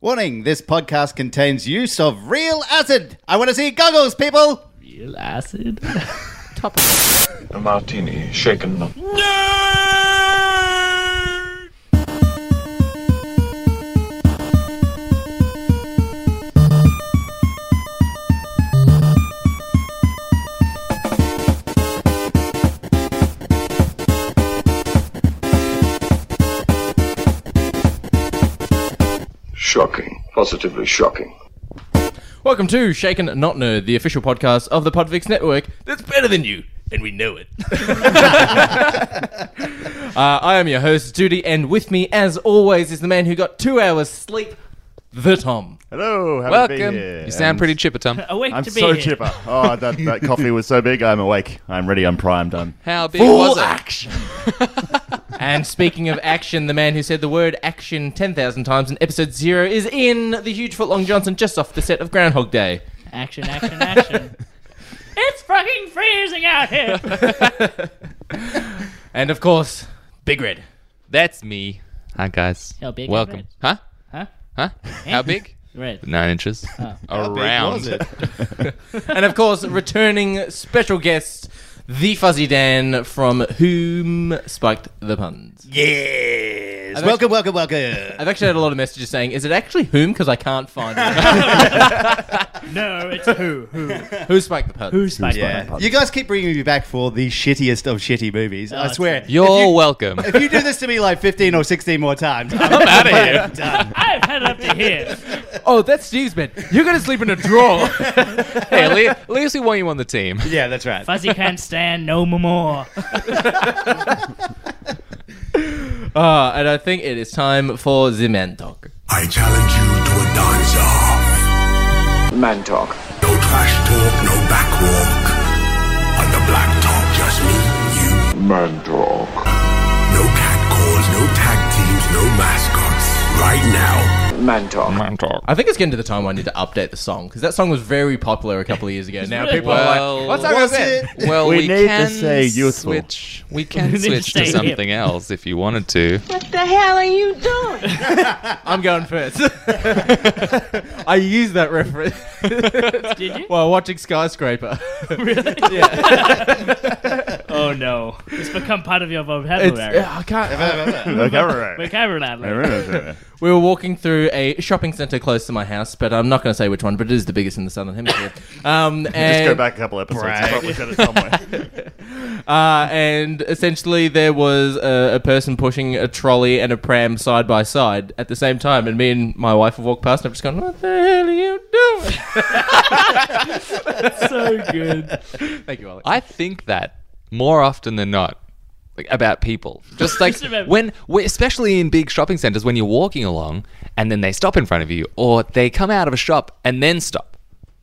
Warning this podcast contains use of real acid. I want to see goggles, people! Real acid? Top. A martini, shaken not. Shocking. Positively shocking. Welcome to Shaken Not Nerd, the official podcast of the Podvix Network that's better than you, and we know it. uh, I am your host, Judy, and with me, as always, is the man who got two hours sleep, the Tom. Hello, happy to be Welcome. here. You sound And pretty chipper, Tom. Awake I'm to be so here. chipper. Oh, that, that coffee was so big. I'm awake. I'm ready. I'm primed. I'm. How big was it? And speaking of action, the man who said the word action 10,000 times in episode zero is in the huge Footlong Johnson just off the set of Groundhog Day. Action, action, action. it's fucking freezing out here. And of course, Big Red. That's me. Hi guys. How big, Welcome. Huh? Huh? Eh? Huh? How big? Red. Nine inches. Around. And of course, returning special guest, the Fuzzy Dan from Whom Spiked the Puns. Yes! Welcome, welcome, welcome! I've actually had a lot of messages saying, "Is it actually whom?" Because I can't find it. No, it's who? Who? who spiked the puns? Who's Spider Yeah. You guys keep bringing me back for the shittiest of shitty movies. I Oh, that's swear. right. If You're you- welcome. If you do this to me like 15 or 16 more times, I'm out of here. I've had it up to here. Oh, that's Steve's bed. You're gonna sleep in a drawer. hey, at lea- at least we want you on the team. yeah, that's right. Fuzzy can't stand no more. uh, and I think it is time for the man talk. I challenge you to a dance off. Man talk. No trash talk, no backwalk. On the black top, just me, you. Man talk. No cat calls, no tag teams, no mascots. Right now, Man talk. Man talk. I think it's getting to the time where I need to update the song because that song was very popular a couple of years ago. Now people are Well- like, "What's that Was was it? it? Well, We we, need to can say youthful. switch. We We can need to switch to say something else if you wanted to. What the hell are you doing? I'm going first. I used that reference Did you? while watching Skyscraper. Oh no. It's become part of your It's, vocabulary. I can't. Okay, Vocabulary. right. We were walking through a shopping centre close to my house, but I'm not going to say which one, but it is the biggest in the southern hemisphere. Um, Just and, go back a couple episodes. Brag. Right. Probably said it somewhere. Uh, and essentially, there was a, a person pushing a trolley and a pram side by side at the same time, and me and my wife have walked past, and I've just gone, "What the hell are you doing?" so good. Thank you, Ollie. I think that more often than not, like about people, just like Just about- when, when- especially in big shopping centers, when you're walking along and then they stop in front of you, or they come out of a shop and then stop,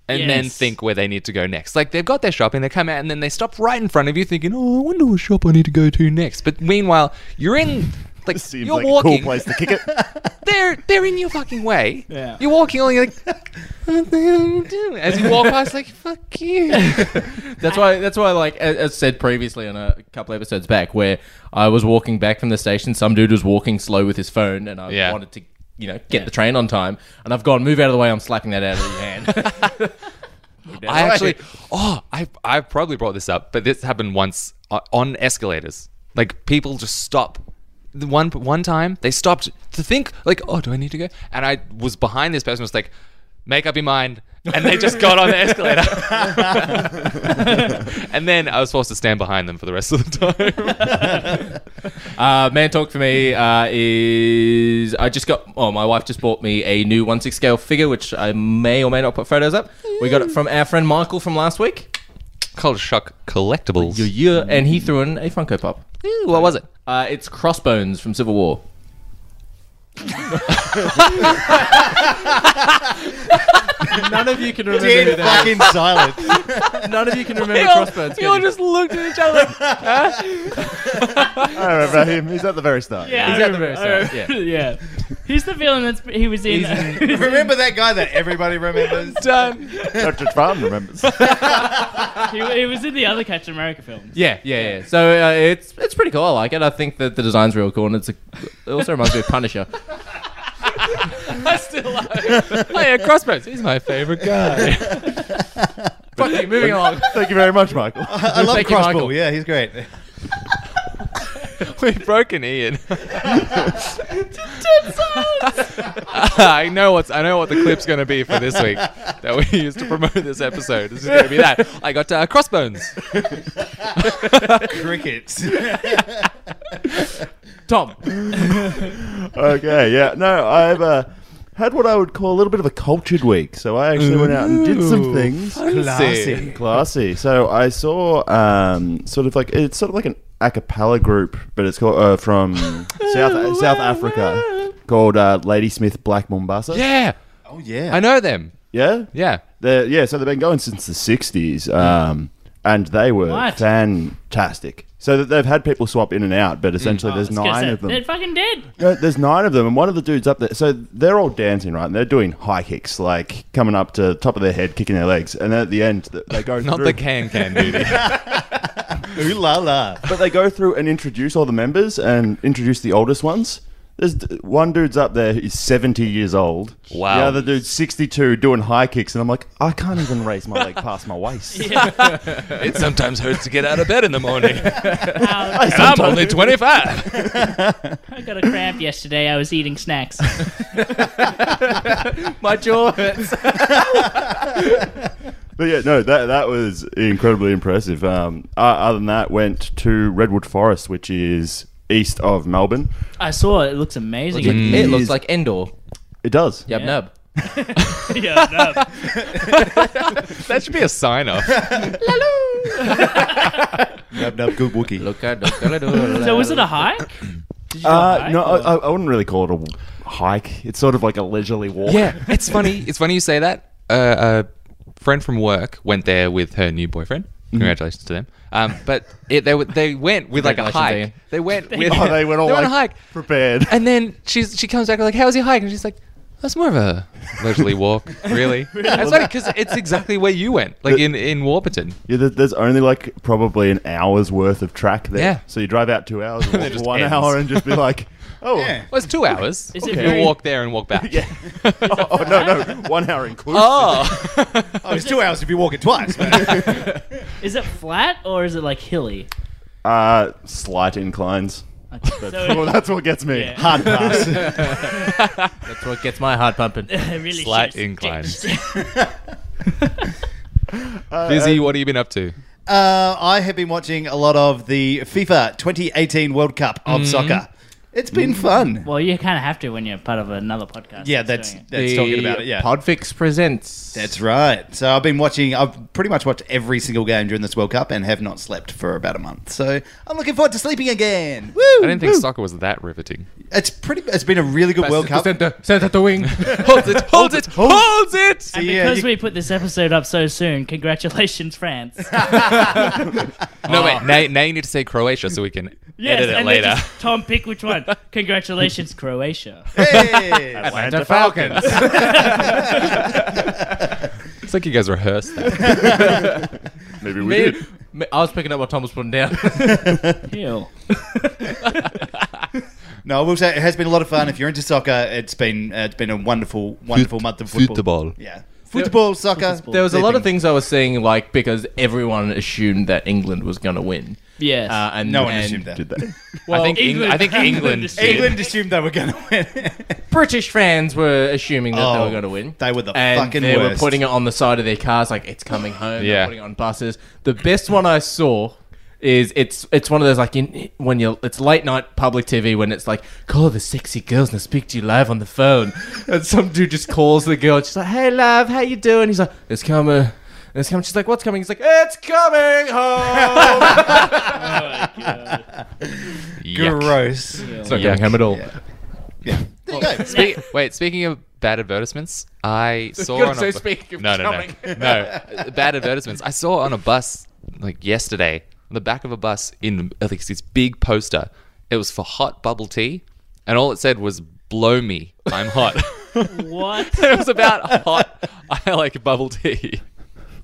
and then Yes. think where they need to go next. Like they've got their shopping, they come out and then they stop right in front of you, thinking, "Oh, I wonder what shop I need to go to next." But meanwhile, you're in. Like Seems you're like walking, a cool place to kick it. they're they're in your fucking way. Yeah. You're walking along, you're like, what the hell are you doing? As you walk past, like, fuck you. That's why. That's why. Like as, as said previously on a couple episodes back, where I was walking back from the station, some dude was walking slow with his phone, and I Yeah. wanted to, you know, get the train on time, and I've gone, move out of the way. I'm slapping that out of your hand. I actually, oh, I I probably brought this up, but this happened once uh, on escalators. Like people just stop. The one one time they stopped to think, like, oh, do I need to go? And I was behind this person, was like, make up your mind, and they just got on the escalator. and then I was forced to stand behind them for the rest of the time. Uh, man talk for me uh, is I just got. Oh, my wife just bought me a new one six scale figure, which I may or may not put photos up. We got it from our friend Michael from last week. Culture shock collectibles. Your year, and he threw in a Funko Pop. Ooh, what was it? Uh, it's Crossbones from Civil War. None of you can remember Dead that. fucking silence. None of you can remember We all, Crossbones. we all just looked at each other. I remember him. He's at the very start. Yeah, He's I at the remember- very I start, remember- yeah. He's the villain that's he was in. Remember that guy that everybody remembers? Done. Dr. Farm remembers. he, he was in the other Captain America films. Yeah, yeah, yeah. So uh, it's it's pretty cool. I like it. I think that the design's real cool, and it's a, it also reminds me of Punisher. I still like Hey, Crossbones. He's my favorite guy. Fuck you. Moving along. Thank you very much, Michael. I love Thank you, Michael. Crossbow. Yeah, he's great. We've broken Ian. I know what's I know what the clip's going to be for this week that we used to promote this episode. This is going to be that. I got uh, crossbones. Crickets. Tom. okay, yeah. No, I've uh, had what I would call a little bit of a cultured week. So I actually went out and did some things. Classy. Classy. So I saw um, sort of like it's sort of like an a cappella group, but it's called uh, from South South Africa called uh, Ladysmith Black Mombasa. Yeah, Oh yeah. I know them. yeah, Yeah, They're, yeah, so they've been going since the '60s, um, and they were What? fantastic. So that they've had people swap in and out, but essentially there's nine of them. It fucking did. No, there's nine of them, and one of the dudes up there. So they're all dancing, right? And they're doing high kicks, like coming up to the top of their head, kicking their legs, and then at the end th- they go not through. the can can duty. Ooh la la. but they go through and introduce all the members and introduce the oldest ones. There's d- one dude's up there who's 70 years old. Wow. The other dude's 62 doing high kicks, and I'm like, I can't even raise my leg past my waist. it sometimes hurts to get out of bed in the morning. and Ow, I'm only 25. I got a cramp yesterday. I was eating snacks. My jaw hurts. But yeah, no, that that was incredibly impressive. Um, o- other than that, went to Redwood Forest, which is east of Melbourne. I saw it. It looks amazing. It looks like Endor. It does. Yub nub. yeah, no. That should be a sign off. Nub nub good Wookie. Look at look So was it a hike? Uh, no, I, I- I wouldn't really call it a hike. It's sort of like a leisurely walk. Yeah, it's funny. It's funny you say that. Uh, a friend from work went there with her new boyfriend. Congratulations to them. Um, but it, they were- they went with like a Congratulations, Ian. hike. They went with Oh, they went all on like a hike. prepared. And then she's she comes back like, "How was your hike?" And she's like, "That's more of a leisurely walk, really." That's funny because it's exactly where you went, like in in Warburton. Yeah, there- there's only like probably an hour's worth of track there. Yeah. So you drive out two hours, and it walk for just one ends. hour, and just be like, oh, Yeah. Well, it's two hours. Is it You very- walk there and walk back. yeah. oh, oh, no, no, one hour inclusive. Oh, Oh, it's two hours if you walk it twice. But Is it flat or is it like hilly? Uh, slight inclines. So Well, it, that's what gets me. Yeah. Hard pass. That's what gets my heart pumping. I really Slight should've incline. sticked- busy. What have you been up to? uh, I have been watching a lot of the FIFA 2018 World Cup of soccer. It's been fun. Well, you kind of have to when you're part of another podcast. Yeah, that's doing it. that's talking about it. Yeah. Podfix presents. That's right. So I've been watching. I've pretty much watched every single game during this World Cup and have not slept for about a month. So I'm looking forward to sleeping again. Woo! I didn't think soccer was that riveting. It's pretty. It's been a really good World Cup. Center, center to wing. Holds it, holds it, holds it. And Yeah, because you- we put this episode up so soon, congratulations, France. No, wait. Now, now you need to say Croatia so we can Yes, edit it and then later. just, Tom, pick which one. Congratulations, Croatia. Hey! Atlanta Falcons. It's like you guys rehearsed that. Maybe we Me- did. me- I was picking up what Tom was putting down. Ew. no, I will say it has been a lot of fun. If you're into soccer, it's been uh, it's been a wonderful, wonderful month of football. Yeah, football, soccer. there was a lot of everything. things I was seeing, like because everyone assumed that England was going to win. Yes. Uh, and No one and- assumed that. Did they? Well, I think England. I think England. England. did. England assumed they were going to win. British fans were assuming that they Oh, were going to win. they were the and fucking they were worst. putting it on the side of their cars, like it's coming home. They're Yeah. putting it on buses. The best one I saw is it's it's one of those like in, when you it's late night public TV when it's like call the sexy girls and they'll speak to you live on the phone, and some dude just calls the girl. She's like, "Hey, love, how you doing?" He's like, "It's coming." It's coming. She's like, "What's coming?" He's like, "It's coming home." Yuck. Gross. it's not Yuck. coming home at all. Yeah. There you go. Speak- wait, speaking of bad advertisements, I saw You're on so a bu- speaking of no, no, coming. no, no, bad advertisements. I saw on a bus like yesterday on the back of a bus in I think it's this big poster. It was for hot bubble tea, and all it said was "Blow me, I'm hot." what? it was about hot. I like bubble tea.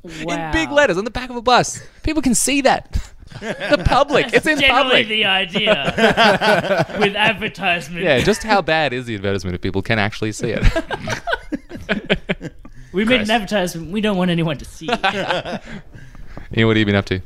Wow. in big letters on the back of a bus. People can see that. The public. It's in Generally, public. the idea with advertisement. yeah, just how bad is the advertisement if people can actually see it? we made an advertisement. We don't want anyone to see. it. Ian, what have you been up to?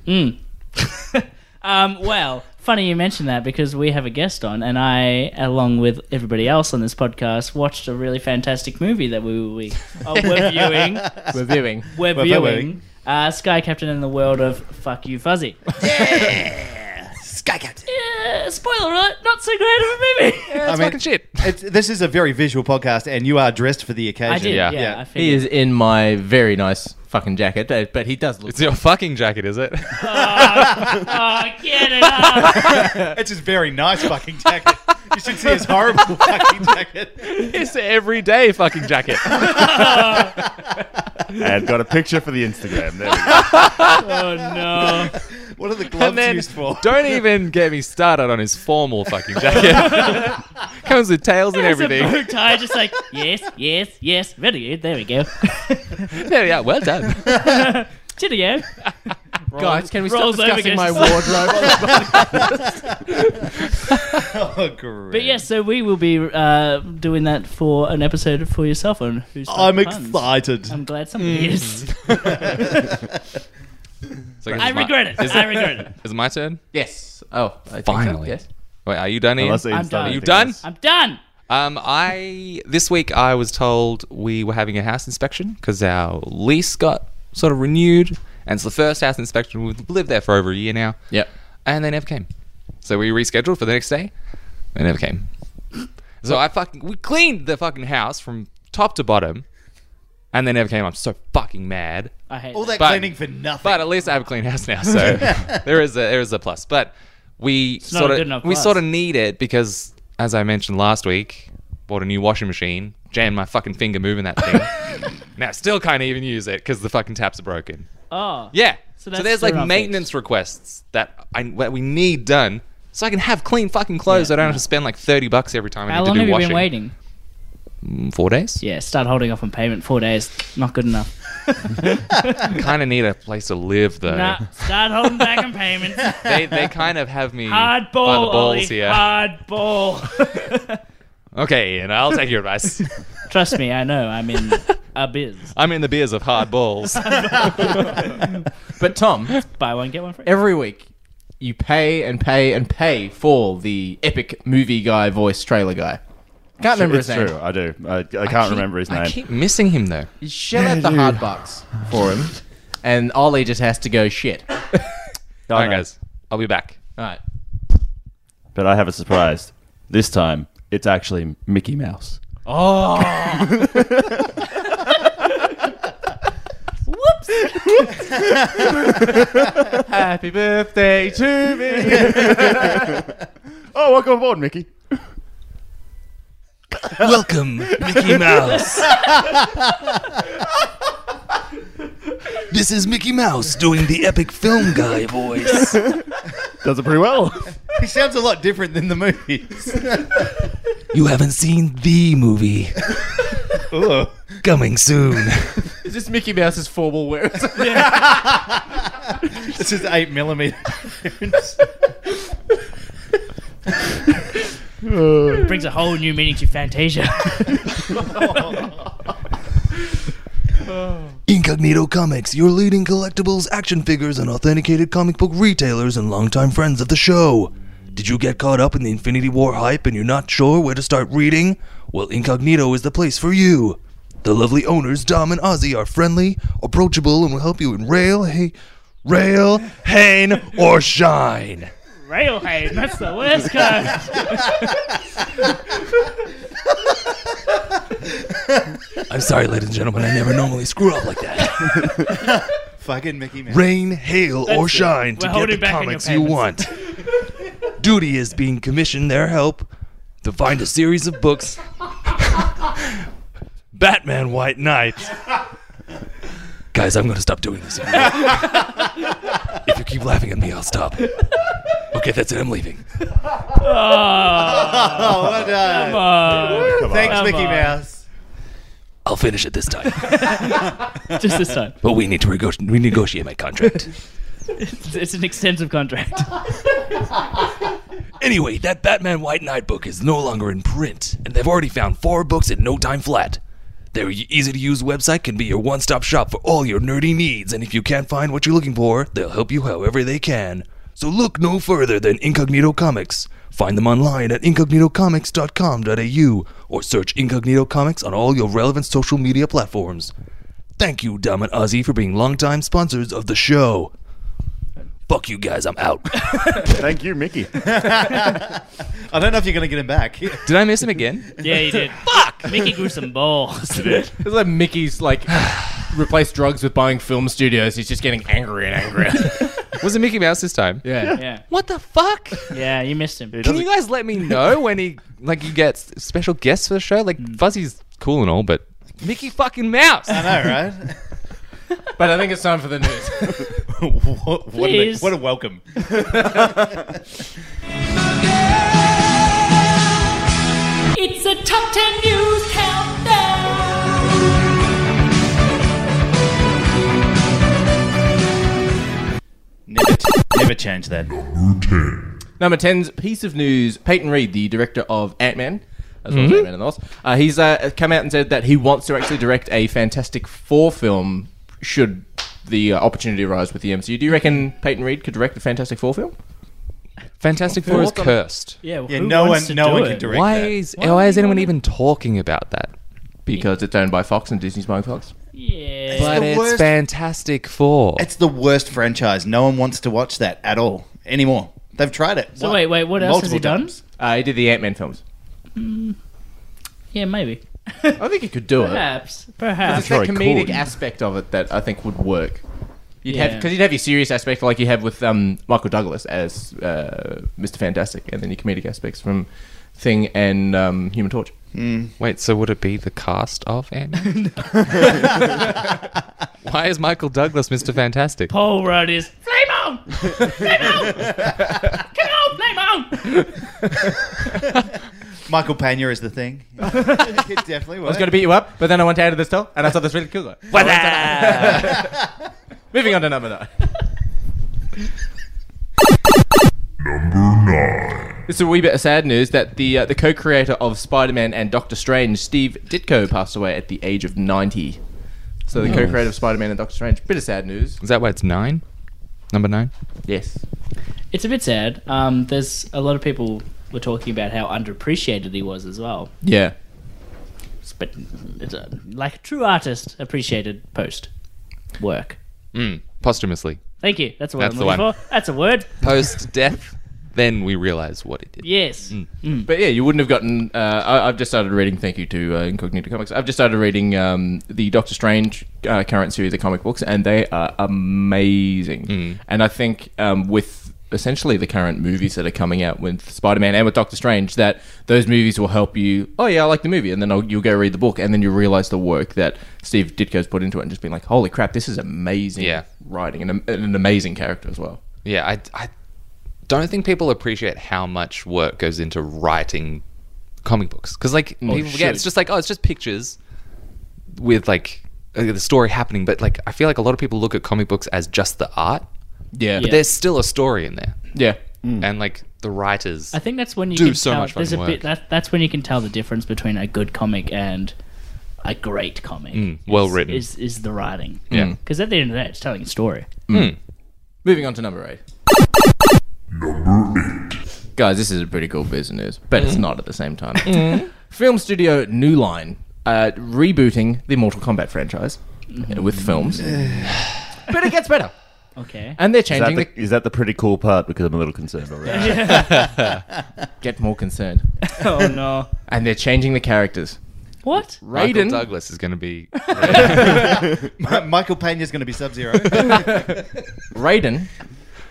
um, well, funny you mention that because we have a guest on, and I, along with everybody else on this podcast, watched a really fantastic movie that we we uh, were viewing. Reviewing. We're We're viewing. viewing. Uh, Sky Captain in the world of Fuck You Fuzzy. Sky Captain. Uh, spoiler alert, not so great of a movie. I mean, fucking shit. It's, this is a very visual podcast, and you are dressed for the occasion. I did, yeah. Yeah. Yeah. I He figured. is in my very nice fucking jacket, uh, but he does look. It's your fucking jacket, is it? Oh, get it Ah. up. It's his very nice fucking jacket. you should see his horrible fucking jacket. it's an everyday fucking jacket. and got a picture for the Instagram. There we go. Oh, no. What are the gloves And then- used for? Don't even get me started on his formal fucking jacket. Comes with tails and There's a everything. bow tie, just like, yes, yes, yes. Very good. There we go. There, yeah, well done. Cheerio. Guys, can we stop rolls over, discussing goes- my wardrobe? Oh, great. But yes, so we will be uh, doing that for an episode for yourself on Who's I'm Got Puns. excited. Hmm. I'm glad somebody is. It's like, I is my- regret it. I regret it. Is it my turn? yes. Oh, I think so, Finally. Yes. Wait, are you done, Ian? Unless Ian's I'm done. anything You done? else. I'm done. Um, I this week I was told we were having a house inspection because our lease got sort of renewed, and it's the first house inspection we've lived there for over a year now. Yep. and they never came. So we rescheduled for the next day. They never came. So I fucking we cleaned the fucking house from top to bottom, and they never came. I'm so fucking mad. I hate All that But- cleaning for nothing. But at least I have a clean house now, so there is a there is a plus. But we not sort a good enough of we plus. sort of need it because, as I mentioned last week, bought a new washing machine, jammed my fucking finger moving that thing. now I still can't even use it because the fucking taps are broken. Oh. Yeah. So So, that's there's still like not maintenance requests that I that we need done, so I can have clean fucking clothes. Yeah, I don't have to spend like thirty bucks every time I How need long to do have you washing. been waiting? Mm, Four days. Yeah, start holding off on payment. Four days, not good enough. Kind of need a place to live though. Nah, start holding back on payments. Mm. They they kind of have me by the Hardball, Ollie. balls here. Hardball. Okay, Ian, I'll take your advice. Trust me, I know. I'm in a biz. I'm in the beers of hard balls. But Tom, Buy one, get one free. every week you pay and pay and pay for the epic movie guy voice trailer guy. Can't remember It's his name. true. I do. I, I can't Keep- remember his I name keep missing him though. You shell out the hard bucks for him, and Ollie just has to go shit. All No, All right, no. guys, I'll be back. right. But I have a surprise. This time, it's actually Mickey Mouse. Happy birthday to me. Oh, welcome aboard, Mickey. Welcome, Mickey Mouse. This is Mickey Mouse doing the epic film guy voice. Does it pretty well. he sounds a lot different than the movies. You haven't seen the movie. Ooh. Coming soon. Is this Mickey Mouse's formal wear? This is eight millimeter. It brings a whole new meaning to Fantasia. Incognito Comics, your leading collectibles, action figures, and authenticated comic book retailers and longtime friends of the show. Did you get caught up in the Infinity War hype and you're not sure where to start reading? Well, Incognito is the place for you. The lovely owners, Dom and Ozzy, are friendly, approachable, and will help you in rail, hey, rail, hane, or shine. Railhead, that's the worst kind. I'm sorry, ladies and gentlemen, I never normally screw up like that. fucking Mickey Mouse. Rain, hail, or shine to We're get holding the back on your comics you want. Duty is being commissioned their help to find a series of books Batman White Knight. Guys, I'm going to stop doing this. if you keep laughing at me, I'll stop. Okay, that's it. I'm leaving. Oh, well done. Uh, Thanks, Come Mickey on. Mouse. I'll finish it this time. Just this time. But we need to rego- renegotiate my contract. It's, it's an extensive contract. Anyway, that Batman White Knight book is no longer in print, and they've already found four books at no time flat. Their easy to use website can be your one stop shop for all your nerdy needs, and if you can't find what you're looking for, they'll help you however they can. So look no further than Incognito Comics. Find them online at incognitocomics.com.au or search Incognito Comics on all your relevant social media platforms. Thank you, Dom and Ozzy, for being longtime sponsors of the show. Fuck you guys, I'm out. Thank you, Mickey. I don't know if you're going to get him back. Did I miss him again? yeah, you did. Fuck! Mickey grew some balls. It's like Mickey's like replaced drugs with buying film studios. He's just getting angrier and angrier. Was it Mickey Mouse this time? yeah. yeah. What the fuck? Yeah, you missed him. Can you guys let me know when he like he gets special guests for the show? Like Fuzzy's cool and all, but Mickey fucking Mouse. I know, right? But I think it's time for the news. what, what, a, Please. what a welcome. It's a top 10 news countdown. Never, never change that. Number 10's piece of news Peyton Reed, the director of Ant Man. As well as Ant-Man and the Wasp. Uh, he's uh, come out and said that he wants to actually direct a Fantastic Four film should the uh, opportunity arise with the MCU. Do you reckon Peyton Reed could direct a Fantastic Four film? Fantastic Four is cursed. Yeah, Yeah, who no one, wants to no do one it? can direct Why that. is why is anyone even talking about that? Because it's owned by Fox and Disney's buying Fox. Yeah. But the it's worst- Fantastic Four. It's the worst franchise. No one wants to watch that at all anymore. They've tried it. so wait, wait, what else has he done? Uh, he did the Ant Man films. Yeah, maybe. I think he could do it. Perhaps. Perhaps. It's that Sure, he comedic could. aspect of it that I think would work. You'd Yeah. have because you'd have your serious aspect like you have with um, Michael Douglas as uh, Mr. Fantastic, and then your comedic aspects from Thing and um, Human Torch. Wait, so would it be the cast of Ant? Why is Michael Douglas Mr. Fantastic? Paul Rudd is flame on, flame on, come on, flame on. Michael Pena is the thing. it definitely I was going to beat you up, but then I went out of the store and I saw this really cool guy. Moving on to number nine. Number nine. It's a wee bit of sad news that the uh, the co-creator of Spider-Man and Doctor Strange, Steve Ditko, passed away at the age of ninety. So the co-creator of Spider-Man and Doctor Strange, bit of sad news. Is that why it's nine? Number nine? Yes. It's a bit sad. Um, there's a lot of people were talking about how underappreciated he was as well. Yeah. It's- But it's a, like a true artist, appreciated post work. Mm. Posthumously. Thank you. That's what That's I'm the looking one. for. That's a word. Post death, then we realize what it did. Yes. Mm. Hmm. But yeah, you wouldn't have gotten. Uh, I, I've just started reading. Thank you to uh, Incognito Comics. I've just started reading um, the Doctor Strange uh, current series of comic books, and they are amazing. And I think um, with essentially the current movies that are coming out with Spider-Man and with Doctor Strange, that those movies will help you. Oh yeah, I like the movie, and then I'll, you'll go read the book, and then you realize the work that Steve Ditko's put into it, and just being like, "Holy crap, this is amazing Yeah. writing and, a- and an amazing character as well." Yeah, I, I don't think people appreciate how much work goes into writing comic books. Because, like, people forget it's should. just like, oh, it's just pictures with, like, uh, the story happening. But, like, I feel like a lot of people look at comic books as just the art. Yeah. Yeah. There's still a story in there. Yeah. Hmm. And, like, the writers. I think that's when you Do can so tell, much there's a fucking bit that, that's when you can tell the difference between a good comic and a great comic. well is- written. is is the writing. Mm. Yeah. Because at the end of the day, it's telling a story. Moving on to number eight. Number eight. Guys, this is a pretty cool piece of news, but Mm. it's not at the same time. Film studio New Line uh, rebooting the Mortal Kombat franchise uh, Mm-hmm. with films, but it gets better, Okay. and they're Is that, changing. The, the, is that the pretty cool part? Because I'm a little concerned already. get more concerned, oh no. and they're changing the characters. What? Michael Raiden, Douglas is going to be. to. Michael Pena's going to be Sub Zero. Raiden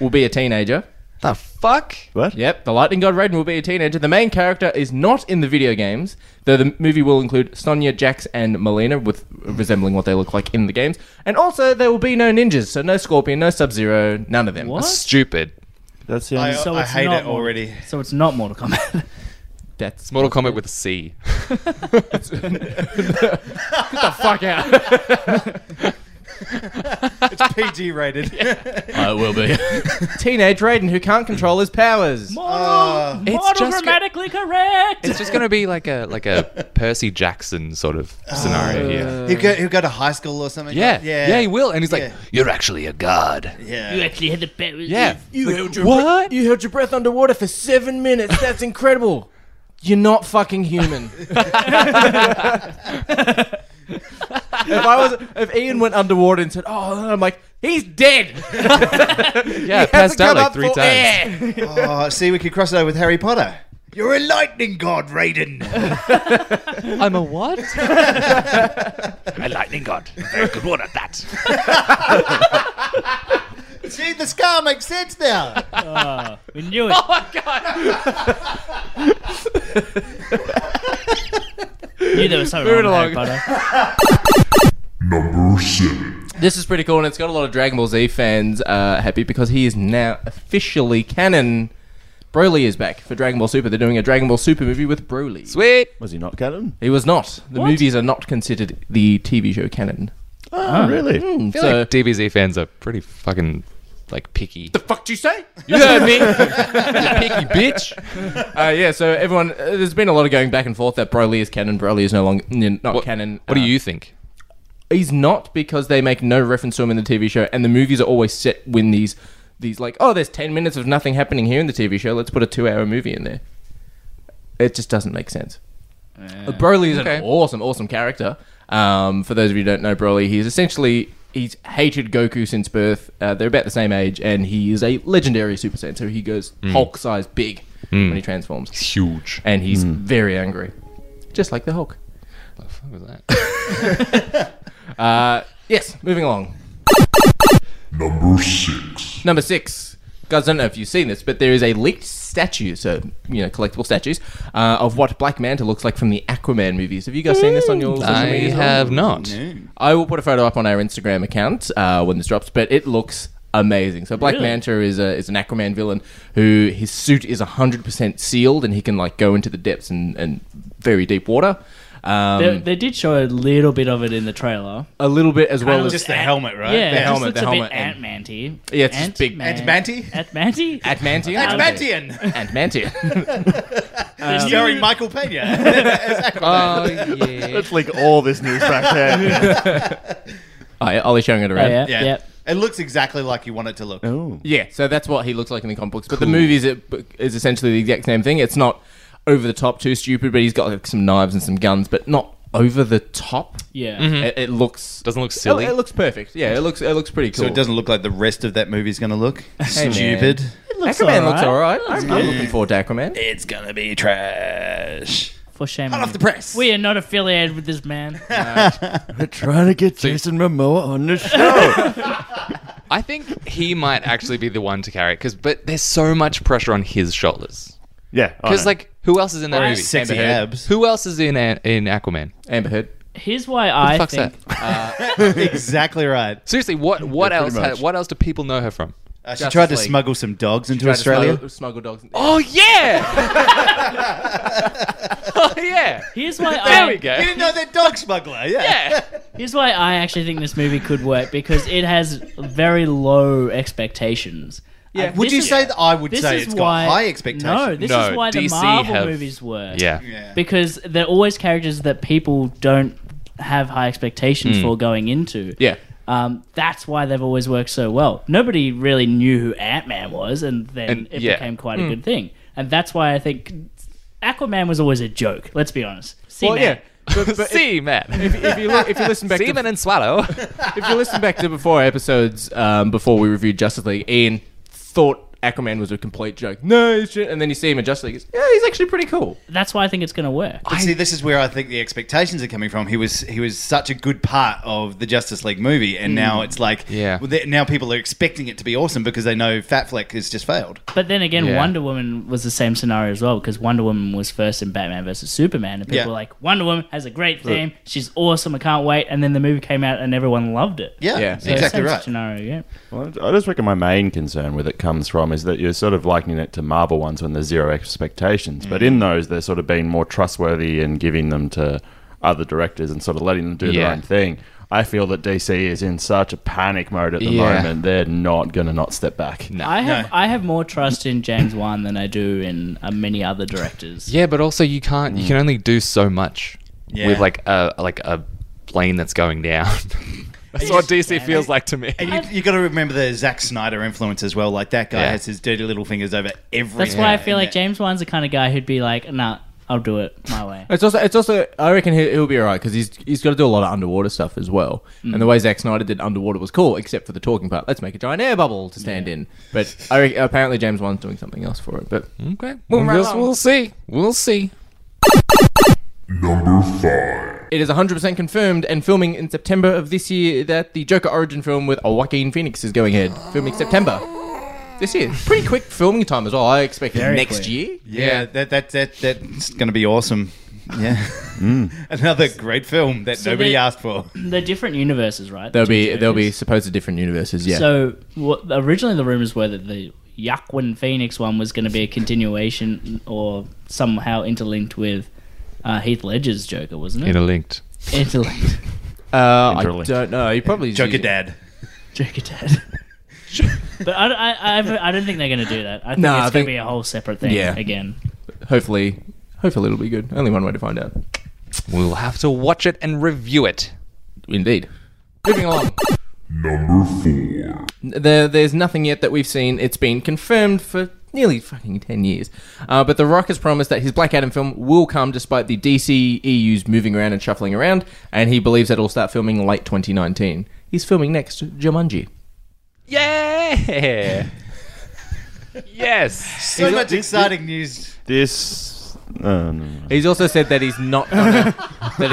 will be a teenager. the fuck? What? Yep, the Lightning God Raiden will be a teenager. The main character is not in the video games, though the movie will include Sonya, Jax, and Melina, with resembling what they look like in the games. And also, there will be no ninjas, so no Scorpion, no Sub Zero, none of them. What? Stupid. That's the I, uh, only. So I it's hate not it Mortal- already. So it's not Mortal Kombat. That's Mortal Kombat with a C. the fuck out. It's PG rated. I will be. Teenage Raiden who can't control his powers. Uh, Ah. It's Model just go- grammatically correct. It's just going to be like a like a Percy Jackson sort of scenario here. he'll, go, he'll go to high school or something. Yeah. yeah, Oh. yeah, he will, and he's like, Yeah. "You're actually a god." Yeah. you actually had the power. Yeah, You held your what? Breath, you held your breath underwater for seven minutes. That's incredible. You're not fucking human. if I was, if Ian went underwater and said, "Oh," I'm like, he's dead. yeah, passed out like three times. Oh, see, we could cross it over with Harry Potter. You're a lightning god, Raiden. I'm a what? A lightning god. Very good one at that. see, the scar makes sense now. We knew it. Oh, my god! knew there was something wrong with Harry Potter. This is pretty cool, and it's got a lot of Dragon Ball Z fans uh, happy because he is now officially canon. Broly is back for Dragon Ball Super. They're doing a Dragon Ball Super movie with Broly. Sweet. Was he not canon? He was not. The movies are not considered the TV show canon. Oh, really? I feel So- like DBZ fans are pretty fucking like picky. fuck do you say? You heard me. picky bitch. uh, yeah, so everyone, uh, there's been a lot of going back and forth that Broly is canon, Broly is no longer n- not What, canon. What do Uh, you think? He's not because they make no reference to him in the TV show, and the movies are always set when these, these like, oh, there's ten minutes of nothing happening here in the TV show. Let's put a two-hour movie in there. It just doesn't make sense. Uh, Broly is Okay. an awesome, awesome character. Um, for those of you who don't know Broly, he's essentially he's hated Goku since birth. Uh, they're about the same age, and he is a legendary Super Saiyan. So he goes Hulk size big when he transforms, Huge. and he's very angry, just like the Hulk. What the fuck was that? Yes, moving along. Number six. Guys, I don't know if you've seen this, but there is a leaked statue, so, you know, collectible statues, uh, of what Black Manta looks like from the Aquaman movies. Have you guys seen this on your social I media? have not. I will put a photo up on our Instagram account uh, when this drops, but it looks amazing. So Black Manta is a, is an Aquaman villain who his suit is hundred percent sealed and he can like go into the depths and, and very deep water. Um, They, they did show a little bit of it in the trailer. a little bit as well Kinda as Just the looks ant- helmet, right? Yeah, The it helmet, just looks the a helmet bit and- Ant-Man-y. Yeah, it's just big- Ant-Man-y? Ant-Man-y? Atmantian. Atmantian. Atmantian. Uh, Starring Michael Pena. Oh yeah. Let's leak all this news back there. oh, yeah, Ollie's showing it Oh, around. yeah, yeah. yep. It looks exactly like you want it to look. oh. Yeah, so that's what he looks like in the comic books. But the movies it is essentially the exact same thing. It's not over the top, too stupid, but he's got like, some knives and some guns, but not over the top. Yeah. It, it looks Oh, Doesn't Oh, look silly. It, it looks perfect. Yeah, it looks it looks pretty cool. So it doesn't look like the rest of that movie's going to look. Hey, man. Stupid. looks Aquaman all looks right. alright. I'm, I'm looking forward to Aquaman. It's going to be trash. For shame. Hot on off you. the press. We are not affiliated with this man. We're trying to get Jason Momoa on the show. I think he might actually be the one to carry it because, but there's so much pressure on his shoulders. yeah. I Because know. like, who else is in that Why movie? Sexy Amber Heard. abs. Who else is in a- in Aquaman? Amber Heard. Here's why I Fuck's think. that? exactly right. Seriously, what what Yeah, else? pretty Ha- much. what else do people know her from? Uh, she Justice tried to League. smuggle some dogs into Tried to Australia. Smuggle, smuggle dogs. Oh yeah! oh yeah! Here's why There I. we go. You didn't know that dog smuggler, yeah. Yeah. Here's why I actually think this movie could work because it has very low expectations. Yeah. Would you say that I would this say is it's why, got high expectations? No, this No, is why the DC Marvel have- movies work. Yeah. Yeah. Because they're always characters that people don't have high expectations for going into. Yeah. Um, that's why they've always worked so well. Nobody really knew who Ant Man was, and then And- it yeah. became quite a good thing. And that's why I think Aquaman was always a joke. Let's be honest. See, Well, yeah. man, But, but if, See, man. if, if you look, if you listen back to Seaman and Swallow. if you listen back to before episodes, um, before we reviewed Justice League, Ian thought Aquaman was a complete joke. No, he's shit. And then you see him in Justice League. he's, Yeah, he's actually pretty cool. that's why I think it's going to work. But see, this is where I think the expectations are coming from. He was he was such a good part of the Justice League movie, and now it's like Yeah. well, they- now people are expecting it to be awesome because they know Fat Fleck has just failed. But then again, Yeah. Wonder Woman was the same scenario as well because Wonder Woman was first in Batman versus Superman, and people Yeah. were like, "Wonder Woman has a great theme. She's awesome. I can't wait." And then the movie came out, and everyone loved it. Yeah, Yeah. that's So exactly Same right. Scenario, yeah. Well, I just reckon my main concern with it comes from is that you're sort of likening it to Marvel ones when there's zero expectations, but in those they're sort of being more trustworthy and giving them to other directors and sort of letting them do Yeah. their own thing. I feel that DC is in such a panic mode at the Yeah. moment. They're not going to not step back. I have I have more trust in James Wan than I do in uh, many other directors. Yeah, but also you can't. You can only do so much Yeah. with like a like a plane that's going down. that's what DC feels like to me. And you, you got to remember the Zack Snyder influence as well. Like that guy Yeah. has his dirty little fingers over everything. That's why I feel like Yeah. James Wan's the kind of guy who'd be like, "Nah, I'll do it my way." It's also, it's also. I reckon he, he'll be alright because he's he's got to do a lot of underwater stuff as well. And the way Zack Snyder did underwater was cool, except for the talking part. Let's make a giant air bubble to stand in. But I re- apparently James Wan's doing something else for it. But Okay, we'll, we'll see. We'll see. it is 100% confirmed and filming in September of this year that the Joker origin film with Joaquin Phoenix is going ahead. Filming September this year. Pretty quick filming time as well. I expect Very next quick. year. Yeah, that that that that's going to be awesome. Yeah, another great film that nobody they- asked for. They're different universes, right? There'll The two be there'll be Jokers. supposed different universes. Yeah. So what, originally the rumors were that the Yaquin Phoenix one was going to be a continuation or somehow interlinked with uh, Heath Ledger's Joker, wasn't it? Interlinked. interlinked. uh, I Interlinked. don't know. You probably Joker Dad. Joker Dad. but I, I, I, I don't think they're going to do that. I think Nah, I it's going think- to be a whole separate thing Yeah. again. Hopefully, hopefully it'll be good. Only one way to find out. We'll have to watch it and review it. Indeed. Moving along. Number four. There, there's nothing yet that we've seen. It's been confirmed for nearly fucking 10 years. Uh, but The Rock has promised that his Black Adam film will come despite the DC EU's moving around and shuffling around, and he believes that it'll start filming late 2019. He's filming next Jumanji. Yeah. yes. So much exciting news. This. Oh, no. He's also said that he's not gonna, that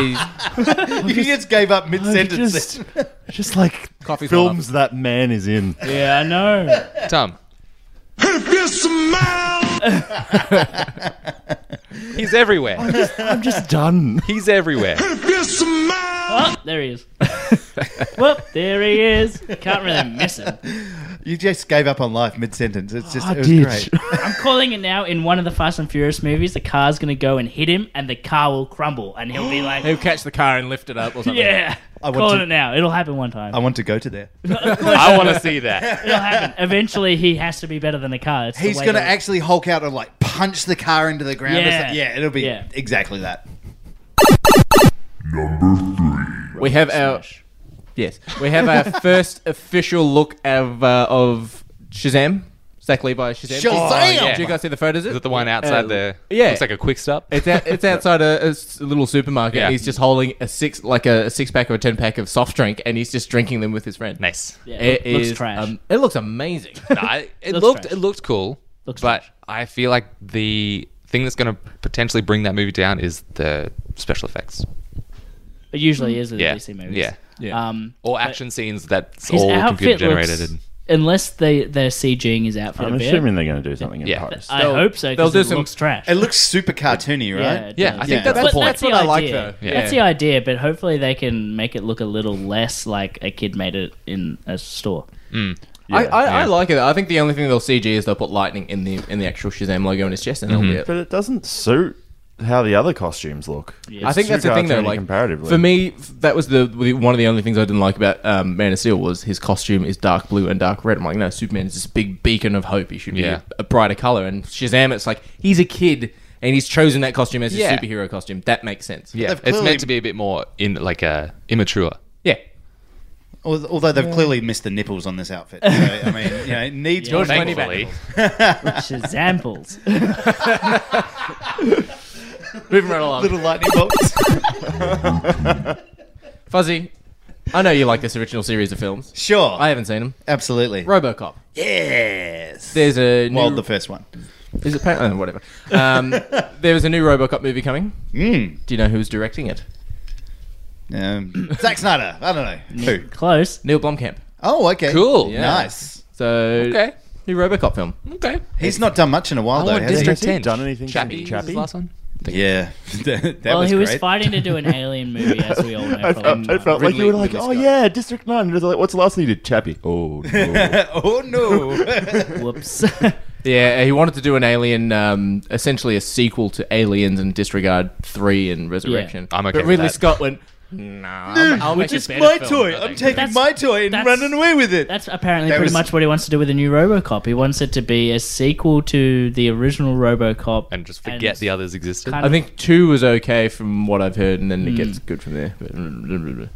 he's You just gave up mid sentence. Just, just like Coffee's films that man is in. Yeah, I know. Tom. He's everywhere. I'm just done. He's everywhere. Oh, there he is. Whoop, there he is. Can't really miss him. You just gave up on life mid sentence. It's just I it was did. great. I'm calling it now in one of the Fast and Furious movies. The car's going to go and hit him, and the car will crumble, and he'll be He'll like, catch the car and lift it up or something. Yeah. I I'm want calling to- it now. It'll happen one time. I want to go to there. I want to see that. It'll happen. Eventually, he has to be better than the car. It's the He's way going to that- actually Hulk out and like punch the car into the ground. or Yeah. something. yeah it'll be Yeah. exactly that. We have our yes, we have our first official look of uh, of Shazam, Zach Levi Shazam. Shazam! yeah. Did you guys see the photos? Is Is it the one outside Uh, the? yeah. Looks like a quick stop. It's out, it's outside a, a s- little supermarket. Yeah. He's just holding a six like a, six pack or a ten pack of soft drink, and he's just drinking them with his friend. Nice. Yeah, It looks is, trash. um, it looks amazing. No, I- it Looks looked trash. it looked cool. Looks but trash. I feel like the thing that's going to potentially bring that movie down is the special effects. It usually is with Yeah. DC movies. Yeah. Yeah. Um, Or action scenes that's his all computer outfit generated. looks. and- Unless they they're CGing his outfit I'm a bit. assuming they're going to do something in Yeah. Paris. I hope so. they'll Because do it some- looks trash. It looks super cartoony, right? it Yeah, does. I think Yeah. that's But the point. that's what I like, idea. though. That's the Yeah. idea, but hopefully they can make it look a little less like a kid made it in a store. I, I, I like it. I think the only thing they'll CG is they'll put lightning in the in the actual Shazam logo in his chest, and that'll be it. But it doesn't suit how the other costumes look. I think too that's the thing though. cartoony Like comparatively. for me, f- that was the the- one of the only things I didn't like about um, Man of Steel was his costume is dark blue and dark red. I'm like, no, Superman is this big beacon of hope. He should be Yeah. a, a brighter color. And Shazam, it's like he's a kid and he's chosen that costume as his Yeah. superhero costume. That makes sense. yeah, They've it's clearly- meant to be a bit more in like a immature. yeah. Al- Although they've clearly missed the nipples on this outfit. So, I mean, you know, it needs Yeah. more- Money Thankfully, Shazamples. Moving right along, little lightning bolts. Fuzzy. I know you like this original series of films. sure. I haven't seen them. Absolutely. RoboCop. Yes. There's a new, well, the first one. is it, pa- oh, whatever. Um, there was a new RoboCop movie coming. Mm. Do you know who's directing it? Um, Zack Snyder. I don't know. Who? Close. Neil Blomkamp. Oh, okay. Cool. Yeah. Nice. So Okay. new RoboCop film. Okay. He's not done much in a while, I though, want has he? District Has he 10. done anything Chappie, since was his Chappie? last one? Yeah. that Well, was he was great. fighting to do an alien movie, as we all know. I for a long felt, I time. felt like you Ridley- were like, Ridley oh Scott. yeah, District Nine. And it's like, What's the last thing you did, Chappie? Oh, no. oh, no. Whoops. Yeah, he wanted to do an Alien, um, essentially a sequel to Aliens and disregard three and Resurrection. I'm okay But with Ridley that. Scott went, I'll, I'll make Which a is better my film, toy. I I'm think. taking That's- my toy and that's- running away with it. That's apparently That pretty was- much what he wants to do with the new RoboCop. He wants it to be a sequel to the original RoboCop. and just forget the others existed. kind I think two was okay from what I've heard, and then it gets good from there.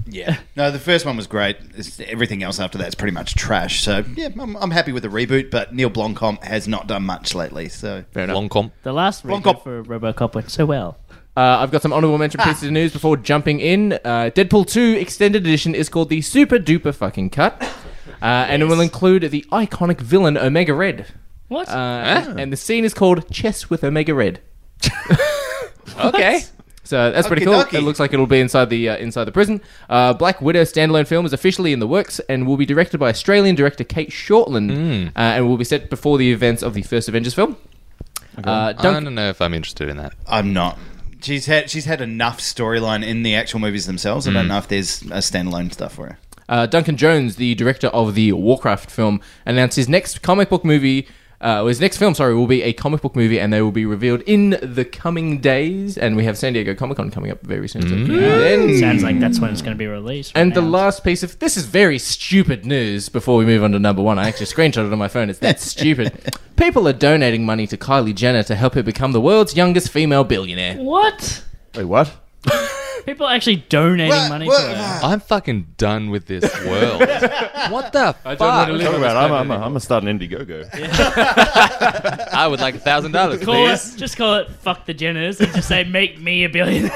yeah. No, the first one was great. It's, everything else after that's pretty much trash. So yeah, I'm, I'm happy with the reboot. But Neil Blomkamp has not done much lately. So Fair enough. Long comp. The last Wrong reboot cop. for RoboCop went so well. Uh, I've got some honorable mention pieces of news before jumping in. Uh, Deadpool 2 Extended Edition is called the Super Duper Fucking Cut, uh, and it will include the iconic villain Omega Red. What? Uh, And the scene is called Chess with Omega Red. Okay. So that's pretty Okie cool. dokie. It looks like it'll be inside the uh, inside the prison. Uh, Black Widow standalone film is officially in the works and will be directed by Australian director Kate Shortland, Hmm. uh, and will be set before the events of the first Avengers film. Uh, I Um, Dunk- don't know if I'm interested in that. I'm not. She's had she's had enough storyline in the actual movies themselves. I don't know if there's a standalone stuff for her. uh, Duncan Jones, the director of the Warcraft film, announced his next comic book movie. Uh, his next film, sorry, will be a comic book movie, and they will be revealed in the coming days. And we have San Diego Comic Con coming up very soon. So Hmm. then- Sounds like that's when it's going to be released. And the announced. last piece of this is very stupid news before we move on to number one. I actually screenshot it on my phone. It's that stupid. People are donating money to Kylie Jenner to help her become the world's youngest female billionaire. What? Wait, what? People are actually donating money to her. I'm fucking done with this world. what the fuck? want I, to live- Talk about, I'm, I'm, I'm gonna start an Indiegogo. would like a thousand dollars, Call please. it, just call it "fuck the Jenners" and just say "make me a billionaire."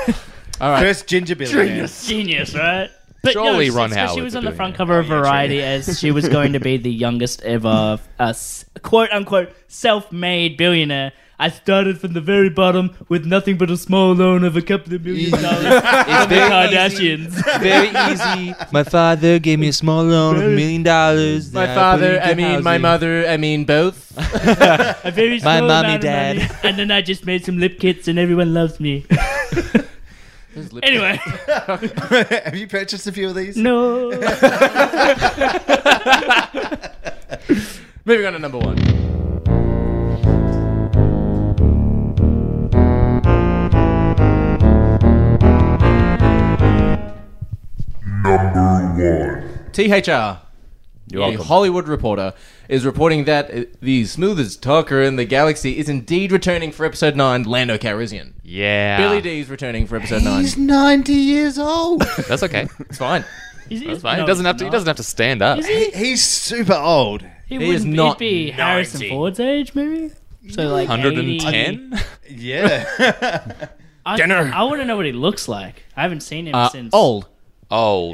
All right. First ginger billionaire. Genius, right? But Surely Ron it's 'cause She Howard's was a on the front billionaire. cover of Variety as she was going to be the youngest ever uh, s- quote unquote self made billionaire. I started from the very bottom with nothing but a small loan of a couple of million dollars from the Kardashians. Very easy. My father gave me a small loan of a million dollars. My father, I mean, my mother, I mean, both. A very small mommy, amount of dad. money. And then I just made some lip kits and everyone loves me. anyway, Have you purchased a few of these? no. Moving on to number one. THR, You're the welcome. Hollywood Reporter, is reporting that uh, the smoothest talker in the galaxy is indeed returning for episode 9, Lando Calrissian. Yeah. Billy D is returning for episode 9. He's 90 years old. That's okay. It's fine. Is he- That's fine. no, he doesn't he's have to. He not. doesn't have to stand up. Is he? He's super old. He, is wouldn't be- not he'd be Harrison 90. Ford's age, maybe. So like 80. 110. Yeah. I, Dinner. I want to know what he looks like. I haven't seen him Uh, since. old. Oh.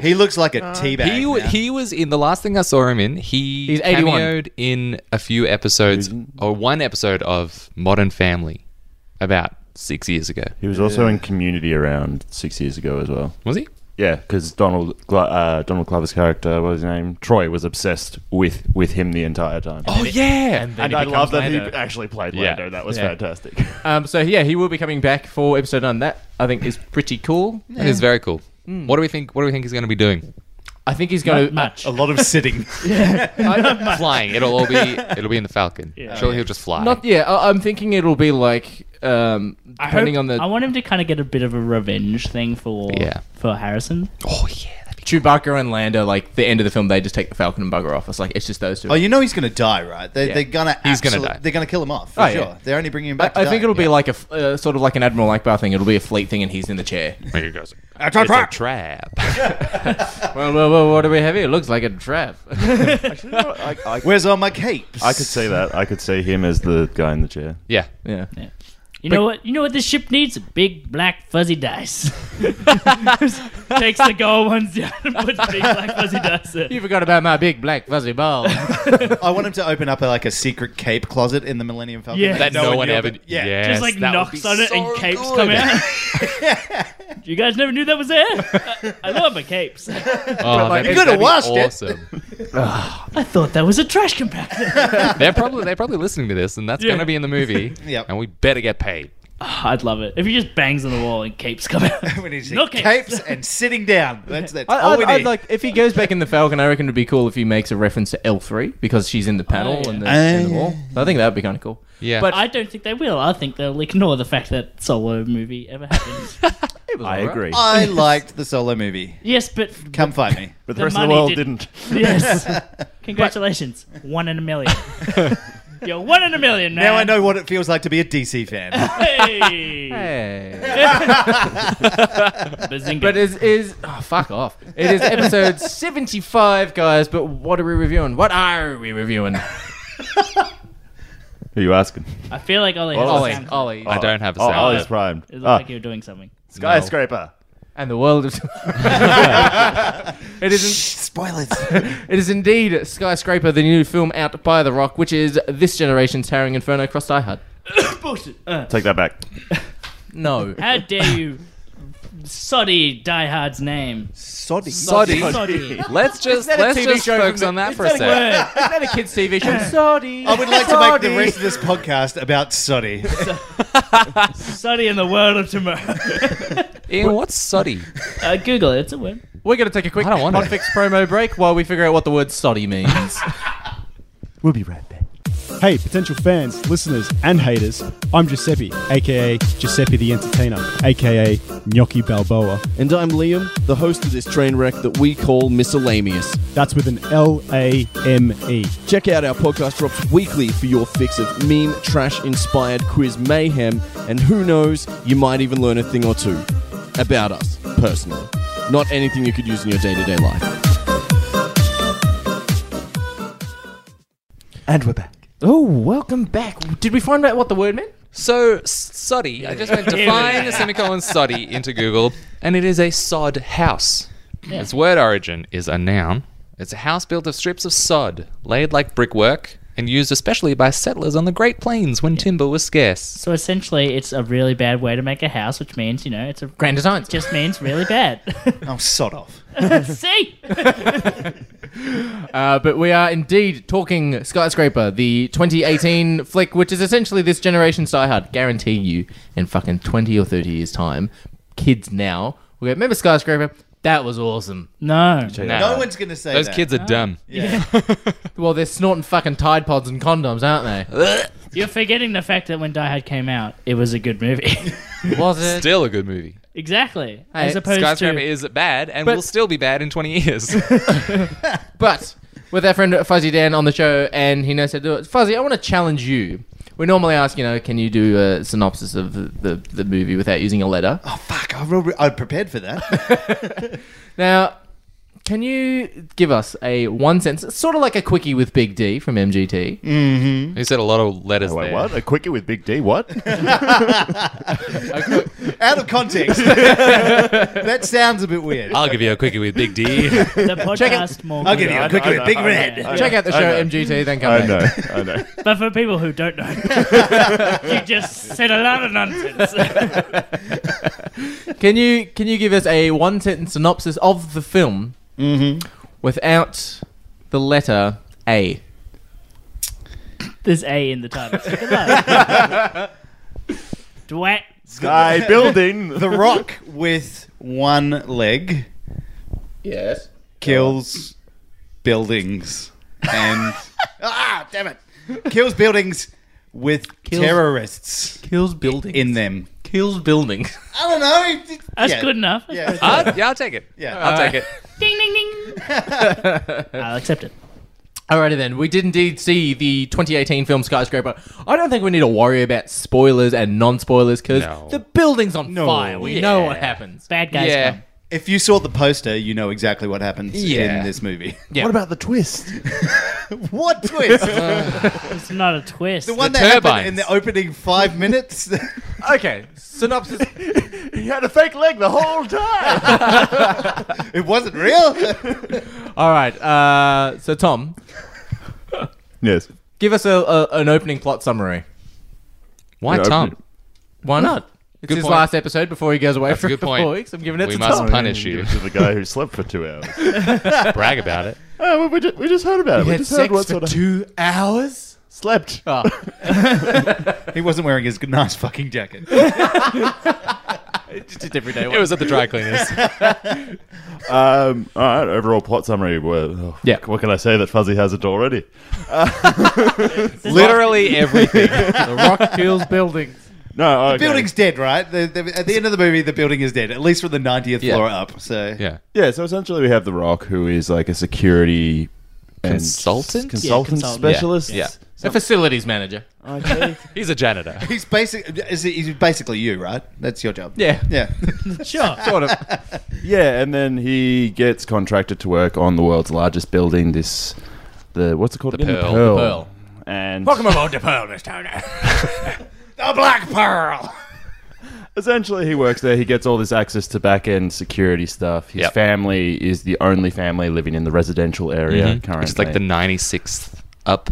he looks like a Uh, teabag. He, wa- now. he was in the last thing I saw him in. He He's 81. cameoed in a few episodes or one episode of Modern Family about six years ago. He was also in Community around six years ago as well. Was he? Yeah, because Donald Glo- uh, Donald Glover's character, what was his name? Troy was obsessed with with him the entire time. Oh yeah. And and I love that he actually played Yeah. Lando. That was Yeah. fantastic. Um, so, yeah, he will be coming back for episode 9. That, I think, is pretty cool. That is very cool. What do we think? What do we think he's going to be doing? I think he's going Not much. to. a lot of sitting. Flying. It'll all be. It'll be in the Falcon. Surely he'll just fly. Not yeah. I, I'm thinking it'll be like um, I depending hope- on the I want him to kind of get a bit of a revenge thing for Yeah. for Harrison. oh yeah. Chewbacca and Lando. Like the end of the film, they just take the Falcon and bugger off. It's like it's just those two. Oh, you know he's going to die, right? They, Yeah. They're going to. He's gonna die. They're going to kill him off for Oh, yeah. sure. They're only bringing him I, back. I think it'll be like a f- uh, sort of like an Admiral Ackbar thing. It'll be a fleet thing, and he's in the chair. There you go. It's like a trap. well, well, well, what do we have here? It looks like a trap. I, I, Where's all my capes? I could see that. I could see him as the guy in the chair. yeah. yeah. You know what? You know what this ship needs? A big black fuzzy dice. Takes the gold ones down and puts big black fuzzy dice in. You forgot about my big black fuzzy ball. I want him to open up a, like a secret cape closet in the Millennium Falcon. Yeah. That no, one knew ever. about- Yeah. Yes, Just like that would knocks be on it so and capes good. come out. you guys never knew that was there? I, I love my capes. I Oh, like, that'd be- you coulda that'd be watched it. awesome. thought that was a trash compactor. they're probably they're probably listening to this, and that's Yeah. going to be in the movie. Yep. And we better get paid. I'd love it. If he just bangs on the wall and capes come out. We need to see No capes. capes and sitting down. That's that's I, all I'd, we need. I'd like if he goes back in the Falcon. I reckon it'd be cool if he makes a reference to L three because she's in the panel yeah. and the, Oh, and the yeah. wall. I think that'd be kind of cool. Yeah. But I don't think they will. I think they'll ignore the fact that Solo movie ever happened. It was I alright. agree. I liked the solo movie. Yes, but Come fight me. but the, the rest of the money world didn't- didn't. yes. Congratulations, one in a million. You're one in a million, man. Now I know what it feels like to be a DC fan. Hey. Hey. Bazinga. but is is oh, fuck off. It is episode seventy five, guys. But what are we reviewing? What are we reviewing? Who are you asking? I feel like Ollie has Ollie, a sound. Ollie, I don't have a Oh, sound. Ollie's primed. It looked Ah, like you were doing something. skyscraper. and the world of. it isn't. Spoilers. It is indeed Skyscraper, the new film out by The Rock, which is this generation's Towering Inferno cross Die Hard. Bullshit. Uh, Take that back. No. how dare you, soddy diehards name? Soddy. Soddy. Soddy. Let's just that a let's TV just show from focus the- on that is for a that a sec. Isn't that a kids' TV show? Sorry. I would like to make the rest of this podcast about Soddy. Soddy in the world of tomorrow. Ian, what's soddy? uh, Google it. It's a word. We're going to take a quick I don't want it. Hotfix promo break while we figure out what the word soddy means. We'll be right back. Hey, potential fans, listeners, and haters, I'm Giuseppe, aka Giuseppe the Entertainer, aka Gnocchi Balboa. And I'm Liam, the host of this train wreck that we call Miscellaneous. That's with an L A M E. Check out our podcast drops weekly for your fix of meme, trash inspired quiz mayhem, and who knows, you might even learn a thing or two about us, personally. Not anything you could use in your day to day life. And we're back. oh, welcome back. Did we find out what the word meant? So s- soddy. I just went to find the semicolon soddy into Google, and it is a sod house. Its word origin is a noun. It's a house built of strips of sod laid like brickwork and used especially by settlers on the Great Plains when timber was scarce. So essentially, it's a really bad way to make a house, which means you know it's a Grand Designs. Just means really bad. Oh, sod off. See, Uh, but we are indeed talking Skyscraper, the 2018 flick, which is essentially this generation's Die Hard. Guarantee you, in fucking 20 or 30 years' time, kids now will go, remember Skyscraper? That was awesome. no. No one's going to say Those that. kids are dumb. Well, they're snorting fucking Tide Pods and condoms, aren't they? You're forgetting the fact that when Die Hard came out, it was a good movie. Was it? Still a good movie. exactly. Hey, As opposed Skyscraper to is bad and But- will still be bad in 20 years. But with our friend Fuzzy Dan on the show, and he knows how to do it. Fuzzy, I want to challenge you. We normally ask, you know, can you do a synopsis of the, the, the movie without using a letter? Oh, fuck. I, re- I prepared for that. Now, can you give us a one sentence, sort of like a quickie with Big D from MGT? Mm. He said a lot of letters Wait, there. what? A quickie with Big D? What? Out of context. that sounds a bit weird. I'll give you a quickie with Big D. the podcast more. I'll give you a quick I know, Big I know. Red. Check out the show MGT, then come I back. know. I know. But for people who don't know, you just said a lot of nonsense. Can you can you give us a one sentence synopsis of the film Mm-hmm. without the letter A? There's A in the title. Good luck. Dwight. Sky building. The Rock with one leg Yes. kills buildings and ah, damn it, kills buildings with Kills- terrorists Kills buildings. in them. Kills buildings. I don't know. That's Yeah. good enough. Yeah. I'll, yeah, I'll take it. Yeah. I'll take it. Ding ding ding. I'll accept it. Alrighty then, we did indeed see the 2018 film Skyscraper. I don't think we need to worry about spoilers and non-spoilers because No. the building's on fire. We know what happens. Bad guys. yeah. come. If you saw the poster, you know exactly what happens Yeah. in this movie. What about the twist? what twist? It's not a twist. the one The that happened turbines. in the opening five minutes. Okay, synopsis. He had a fake leg the whole time. it wasn't real. All right, uh, so Tom, yes. give us a, a, an opening plot summary. Why Yeah, Tom? open Why not? It's Good his point. last episode before he goes away That's a for good four point. weeks. I'm giving it We to must Tom. punish Give you. it to the guy who slept for two hours. Brag about it. oh, we, we, just, we just heard about it. We We, had just heard sex what for sort of two hours. slept. Oh, he wasn't wearing his nice fucking jacket. just did every day. It was at the dry cleaners. Um, all right. Overall plot summary. Well, oh, Yeah. What can I say that Fuzzy has it already? Literally everything. the rock kills buildings. No, okay. The building's dead, right? The, the, at the end of the movie, the building is dead, at least from the 90th Yeah. floor up. So Yeah. Yeah, so essentially we have The Rock, who is like a security and Consultant? s- consultant, Yeah, consultant. specialist. Yeah. A facilities manager. He's a janitor. he's basic. Is he- he's basically you, right? That's your job. Yeah. yeah. Sure. Sort of. Yeah, and then he gets contracted to work on the world's largest building. This, the what's it called? The again? Pearl. Pearl. The Pearl. And aboard the Pearl, Miss Turner. the Black Pearl. essentially, he works there. He gets all this access to back end security stuff. His Yep. family is the only family living in the residential area currently. Which is Mm-hmm. like the 96th up.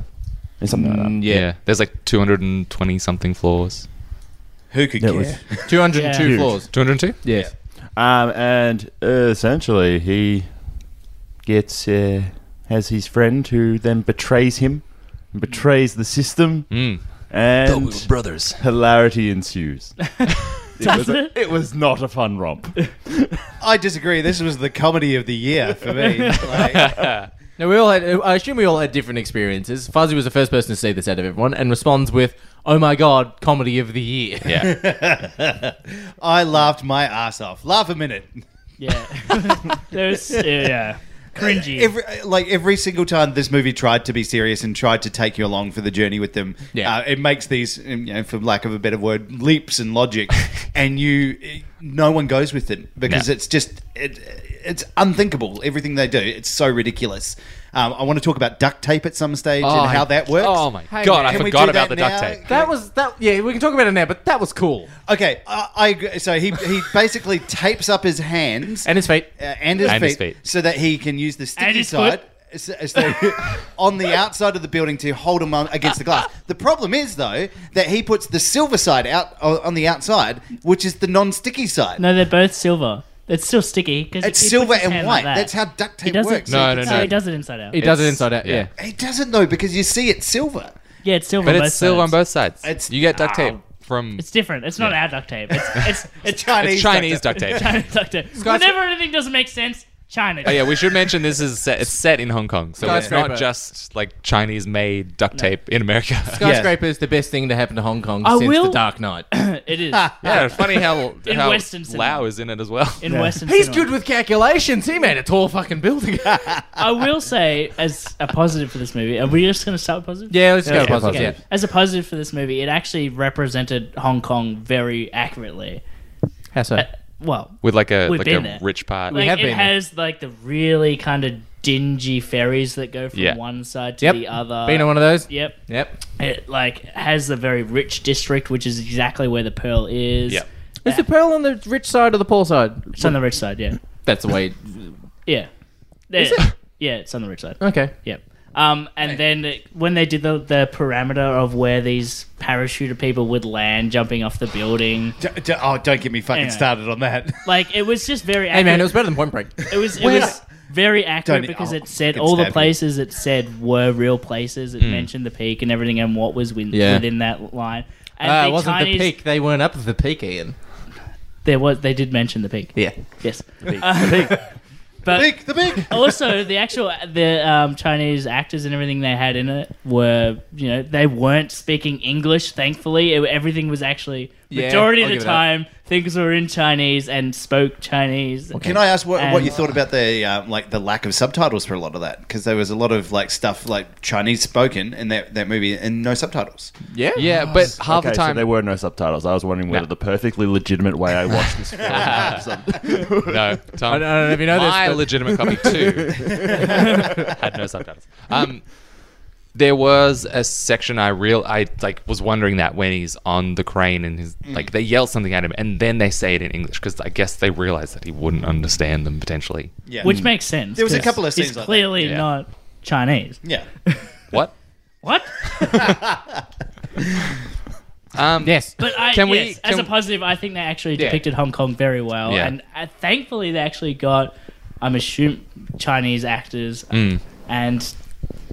It's something like that. Yeah. There's like 220 something floors. Who could Yeah, it care? was- 202 Yeah. floors. 202? Yeah. Um, and uh, essentially, he gets uh, has his friend who then betrays him, betrays the system, Mm. Thought and we were brothers. hilarity ensues. it, was it? a, it was not a fun romp. I disagree. This was the comedy of the year for me. Like, Now we all had. I assume we all had different experiences. Fuzzy was the first person to see this out of everyone, and responds with, "Oh my god, comedy of the year." Yeah. I laughed my ass off. Laugh a minute. Yeah. There's yeah. Cringy. Every, like every single time this movie tried to be serious and tried to take you along for the journey with them, Yeah. uh, it makes these, um, you know, for lack of a better word, leaps in logic, and you, no one goes with it because No. it's just it, it's unthinkable. Everything they do, it's so ridiculous. Um, I want to talk about duct tape at some stage Oh, and how that works. Oh my Hey, god, man. I Can we forgot do about the that duct now? tape. That was that. Yeah, we can talk about it now, but that was cool. Okay, I I agree. so he he basically tapes up his hands And his feet. uh, and, his, And feet his feet. so that he can use the sticky And his side so, so on the outside of the building to hold him on against the glass. The problem is though that he puts the silver side out o- on the outside, which is the non-sticky side. No, they're both silver. It's still sticky because it's silver and white. That's how duct he tape does works. it. No, no, no, no. he does it inside out. He does it It's- inside out. Yeah. yeah. He doesn't though because you see it's silver. yeah, it's silver. But on it's both silver on sides. both sides. It's- you get duct tape Ow. from It's different. It's not our duct tape. It's it's it's Chinese, it's Chinese duct tape. China duct tape. Whenever anything doesn't make sense, China. Oh yeah, we should mention this is set, it's set in Hong Kong, so it's Skyscraper. not just like Chinese made duct tape in America. Skyscraper is the best thing to happen to Hong Kong I since will- the Dark Knight. it is yeah, it's funny how, In how Western cinema. Lao is in it as well. in Western. He's cinema. good with calculations. He made a tall fucking building. I will say as a positive for this movie. Are we just going to start with positive? yeah, let's go. yeah, Positive. positive. Yeah. As a positive for this movie, it actually represented Hong Kong very accurately. How so? Uh, well, With like a We've like a been there. rich part. like, have it been there. has like the really kind of dingy ferries that go from Yeah. one side to Yep. the other. Been on Uh, one of those. Yep. Yep. It like has the very rich district, which is exactly where the pearl is. Yep. Is the pearl on the rich side or the poor side? It's on the rich side. Yeah. That's the way. Yeah. Is yeah. it? Yeah, it's on the rich side. Okay. Yep. Um, and then it- when they did the, the parameter of where these parachuter people would land, jumping off the building, D- d- oh, don't get me fucking Anyway. started on that. like it was just very. Hey Accurate. man, it was better than Point Break. It was. It was very accurate Don't- because I'll it said fucking all the stab you. places it said were real places. It mentioned the peak and everything and what was win- Hmm. Yeah. within that line. And Ah, the it wasn't Chinese- the peak. They weren't up at the peak, Ian. There was. They did mention the peak. Yeah. Yes. Uh, Big, the big. also the actual the um, Chinese actors and everything they had in it were you know they weren't speaking English. Thankfully, It- everything was actually Yeah, majority I'll of give the it that. time things were in Chinese and spoke Chinese. Can I ask what, what And- you thought about the um, like the lack of subtitles for a lot of that? Because there was a lot of like stuff like Chinese spoken in that, that movie and no subtitles. Yeah. Yeah, but half okay, the time so there were no subtitles. I was wondering whether the perfectly legitimate way I watched this film. had some- no, I Tom. don't- I don't know if you know this, my but- legitimate copy too had no subtitles. Um, there was a section I real I like was wondering that when he's on the crane and his Mm. like they yell something at him and then they say it in English because I guess they realized that he wouldn't understand them potentially. Yeah, Which makes sense. There was a 'cause couple of scenes He's like that. clearly Yeah. not Chinese. yeah. What? What? Um, Yes. But I, Can we- yes, as can- a positive, I think they actually Yeah. depicted Hong Kong very well, Yeah. and uh, thankfully they actually got, I'm assuming, Chinese actors, and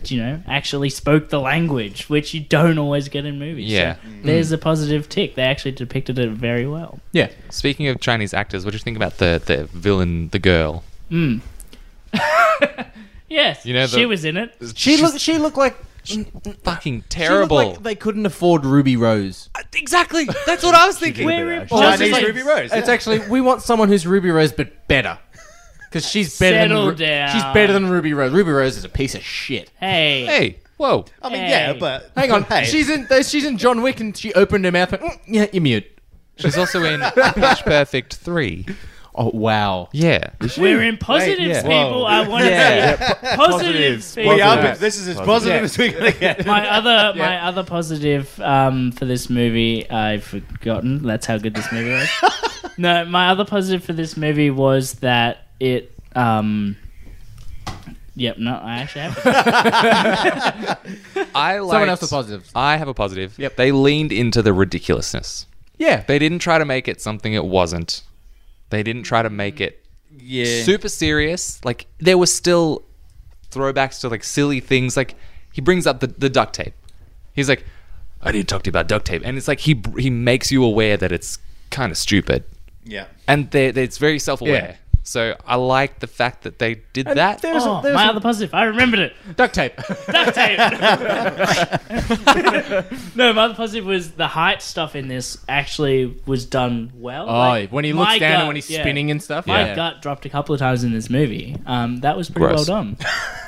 you know actually spoke the language, which you don't always get in movies. So Yeah. there's a positive tick. They actually depicted it very well. Yeah. Speaking of Chinese actors, what do you think about the the villain, the girl? Yes, You know, she the- was in it. She looked. She looked like fucking uh, She looked terrible. Like they couldn't afford Ruby Rose. exactly. That's what I was thinking. Where Well, it's Chinese like- Ruby Rose, It's actually we want someone who's Ruby Rose but better, because she's better. Settle than, Ru- down. She's better than Ruby Rose. Ruby Rose is a piece of shit. Hey. Hey, whoa. Oh. I mean, Hey. yeah, but Hang on, hey, she's in. She's in John Wick, and she opened her mouth. And, mm, yeah, you're mute. She's also in Pitch Perfect 3. Oh wow. Yeah. We're in positives, yeah. people. I want to see positives. people. we are. This is as positive Yeah. as we're gonna get. my other my other positive um, for this movie I've forgotten. That's how good this movie was. no, my other positive for this movie was that it. Um, yep, no, I actually have. I liked, Someone else with positives. I have a positive. Yep. They leaned into the ridiculousness. Yeah. They didn't try to make it something it wasn't. They didn't try to make it Yeah. super serious. Like there were still throwbacks to like silly things. Like he brings up the, the duct tape. He's like, I need to talk to you about duct tape, and it's like he he makes you aware that it's kind of stupid, Yeah. and they they- it's very self aware. Yeah. So I like the fact that they did that. There's Oh, a, there's my a- other positive. I remembered it. duct tape. Duct tape. no, my other positive was the height stuff in this actually was done well. Oh, when he looks down and when he's spinning and stuff. My yeah. gut dropped a couple of times in this movie. Um, that was pretty Gross. well done.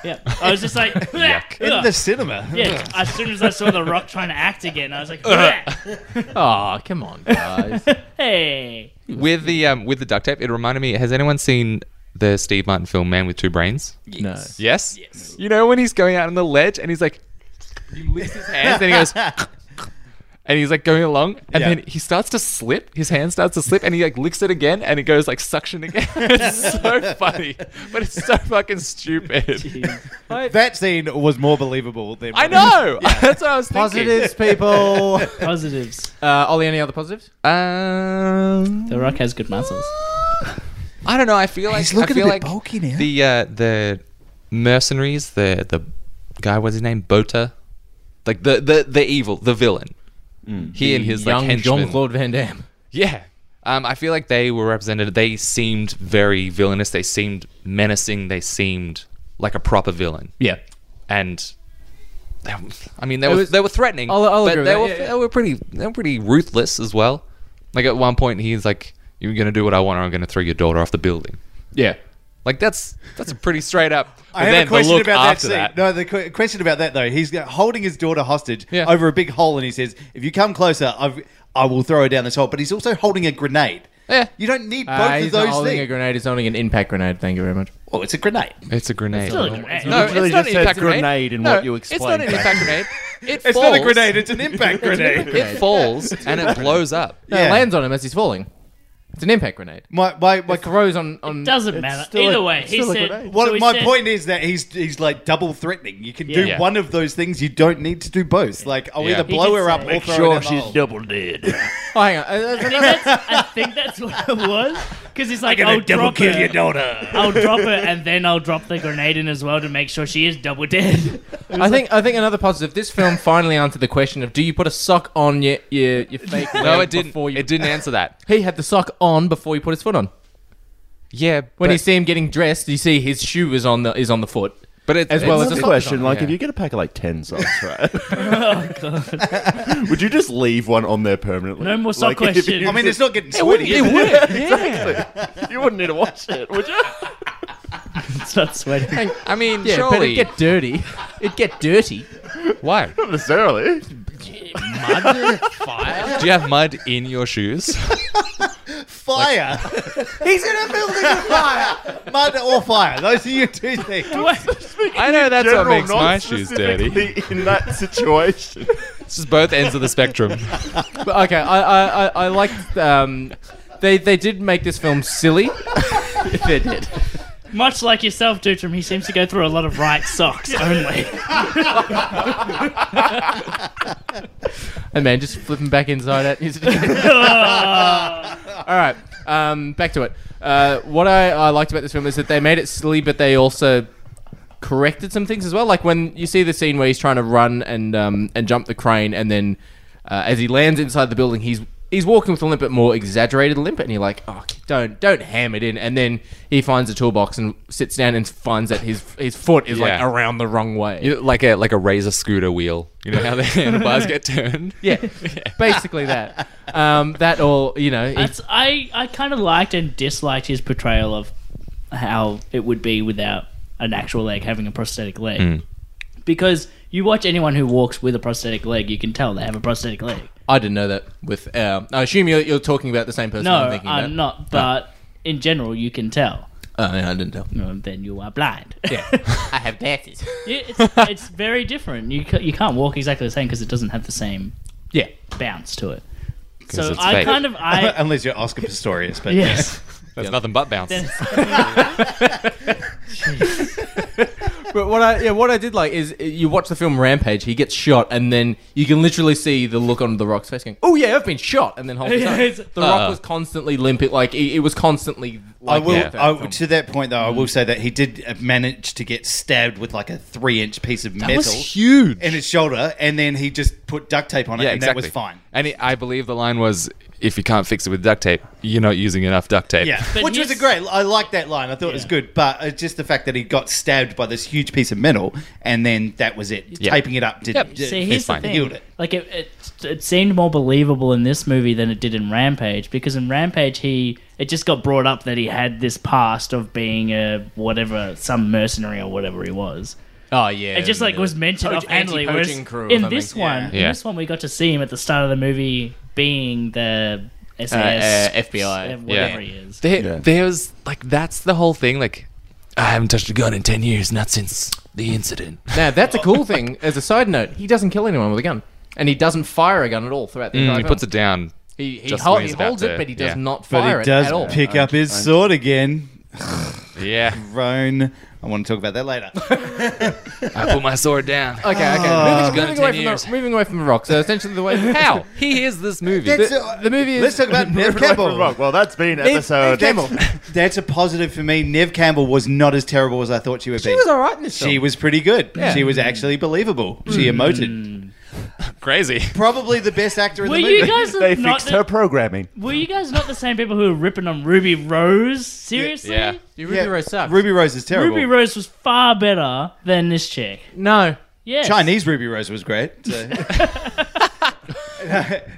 yeah, I was just like, In "Ugh." the cinema. yeah. As soon as I saw The Rock trying to act again, I was like, "Ugh." Oh, come on, guys. hey, with the um with the duct tape, it reminded me. Has anyone seen the Steve Martin film Man with Two Brains? no. Yes. Yes. You know when he's going out on the ledge and he's like, he lifts his hands and he goes, and he's like going along, and Yeah. then he starts to slip. His hand starts to slip, and he like licks it again, and it goes like suction again. it's so funny, but it's so fucking stupid. That scene was more believable than I know. That's what I was thinking. Positives, people. uh, positives. Ollie, any other positives? Um, The Rock has good muscles. I don't know. I feel like He's looking I feel a bit like bulky now. the uh, the mercenaries, the the guy, what's his name, Bota, like the the the evil, the villain. He and his young like henchmen. Jean Claude Van Damme. Yeah. Um, I feel like they were represented. They seemed very villainous. They seemed menacing. They seemed like a proper villain. Yeah. And they, I mean, they It were was- they were threatening, I'll- I'll but agree with they that, were yeah, yeah. they were pretty they were pretty ruthless as well. Like at one point, he's like, "You're gonna do what I want, or I'm gonna throw your daughter off the building." Yeah. Like that's that's a pretty straight up. I but have then a the question look about that after scene. No, the qu- question about that though. He's got- holding his daughter hostage Yeah. over a big hole, and he says, "If you come closer, I've, I will throw her down this hole." But he's also holding a grenade. Yeah. You don't need both Uh, of he's not those holding a things. grenade. He's holding an impact grenade. Thank you very much. oh, it's a grenade. It's a grenade. Still a grenade. No, it's Literally just not an says impact grenade. grenade in no, what you It's not explained, an Frank. impact grenade. It It's falls. not a grenade. It's an impact grenade. It falls and it blows up. No, Yeah. it lands on him as he's falling. It's an impact grenade. My my my. It throws on on. Doesn't matter. Either way, he still a said. grenade. Well, so he my said- point is that he's he's like double threatening. You can do Yeah. one of those things. You don't need to do both. Like I'll Yeah. either He blow did her up say- or throw her down the hole. double dead. Oh, hang on. Uh, there's I think another- that's, I think that's what it was. Because he's like, I'll drop her. daughter. I'll drop it and then I'll drop the grenade in as well to make sure she is double dead. I think I think another positive. This film finally answered the question of do you put a sock on your your, your fake No, leg it didn't. before you It didn't answer that. He had the sock on before he put his foot on. Yeah, When but, you see him getting dressed, you see his shoe is on the is on the foot. but it's, as as well well as That's a a sock question. on, Like, yeah. if you get a pack of like ten socks, right? Would you just leave one on there permanently? No more sock Like, if question. you- I mean, it's not getting sweaty. is it? You wouldn't need to watch it, would you? It's not sweating. I mean, Yeah, but surely it get dirty. It get dirty. why? Not necessarily. Do you have mud in your shoes? Fire. he's in a building with fire. Mud or fire. Those are your two things. I know that's what General, makes not my shoes dirty. specifically In that situation, It's just both ends of the spectrum. But okay, I I, I, I liked um, they they did make this film silly. they did. Much like yourself, Dutram, he seems to go through a lot of right socks only. And man, just flipping back inside out. Is- All right, um, back to it. Uh, what I, I liked about this film is that they made it silly, but they also corrected some things as well. Like when you see the scene where he's trying to run and um, and jump the crane, and then uh, as he lands inside the building, he's he's walking with a limp, but more exaggerated limp, and you're like, oh, don't don't ham it in. And then he finds a toolbox and sits down and finds that his his foot is like Yeah. around the wrong way. You know, like a like a razor scooter wheel. You know how the handlebars get turned. Yeah, basically that. Um, that all you know. he- That's, I, I kind of liked and disliked his portrayal of how it would be without an actual leg having a prosthetic leg. Hmm. Because you watch anyone who walks with a prosthetic leg, you can tell they have a prosthetic leg. I didn't know that. With uh, I assume you're, you're talking about the same person. No, I'm I'm, thinking about. not, but in general, you can tell. Oh, yeah, I didn't tell. No, then you are blind. Yeah, I have glasses. Yeah, it's, it's very different. You, ca- you can't walk exactly the same because it doesn't have the same Yeah, bounce to it. So it's I fake. kind of I Unless you're Oscar Pistorius, but yes. That's nothing but bounce. Then it's- but what I yeah what I did like is uh, you watch the film Rampage. He gets shot, and then you can literally see the look on the Rock's face, going, "Oh yeah, I've been shot," and then hold his Yeah, own. it's- The Rock was constantly limping, like it, it was constantly. I Like will. that I, film. to that point, though, I will say that he did uh, manage to get stabbed with like a three-inch piece of metal huge. in his shoulder, and then he just put duct tape on it, yeah, and exactly. that was fine. And it, I believe the line was, "If you can't fix it with duct tape, you're not using enough duct tape." Yeah, But which was his- a great. I like that line. I thought it was Yeah. good, but it's just the fact that he got stabbed by this huge piece of metal, and then that was it. Yeah. Taping it up did. Yep. did- See, here's the fine. Healed thing. it. Like it, it, it seemed more believable in this movie than it did in Rampage because in Rampage he it just got brought up that he had this past of being a whatever some mercenary or whatever he was. Oh yeah, It just like was mentioned Poach- offhandedly. whereas anti-poaching crew or in something. this one, in Yeah. this one we got to see him at the start of the movie being the SAS, Uh, uh, FBI. whatever Yeah. he is. There, there's like that's the whole thing. Like, I haven't touched a gun in ten years, not since the incident. Now that's a cool thing. As a side note, he doesn't kill anyone with a gun, and he doesn't fire a gun at all throughout the entire Mm, he film. puts it down. He, he, just hol- when he he's about holds it, to- but he does yeah. not But fire he it at all. does pick up his sword again. Yeah, Roan. I want to talk about that later. I put my sword down. Okay, okay. It's moving, gone moving 10 away from years. the, moving away from the rock. So essentially, the way How he is this movie? That's- the, the movie is Let's talk about Nev Campbell. Well, that's been Neve- Neve episode. Campbell. That's a positive for me. Nev Campbell was not as terrible as I thought she would be. She was all right in this She film. was pretty good. She was actually believable. She emoted. Crazy. Probably the best actor in Hmm. Were the movie. you guys They not fixed the- her programming. Were you guys not the same people who were ripping on Ruby Rose? Seriously? Yeah. Dude, Yeah, Ruby Rose sucks. Ruby Rose is terrible. Ruby Rose was far better than this chick. No. Yes. Chinese Ruby Rose was great. so.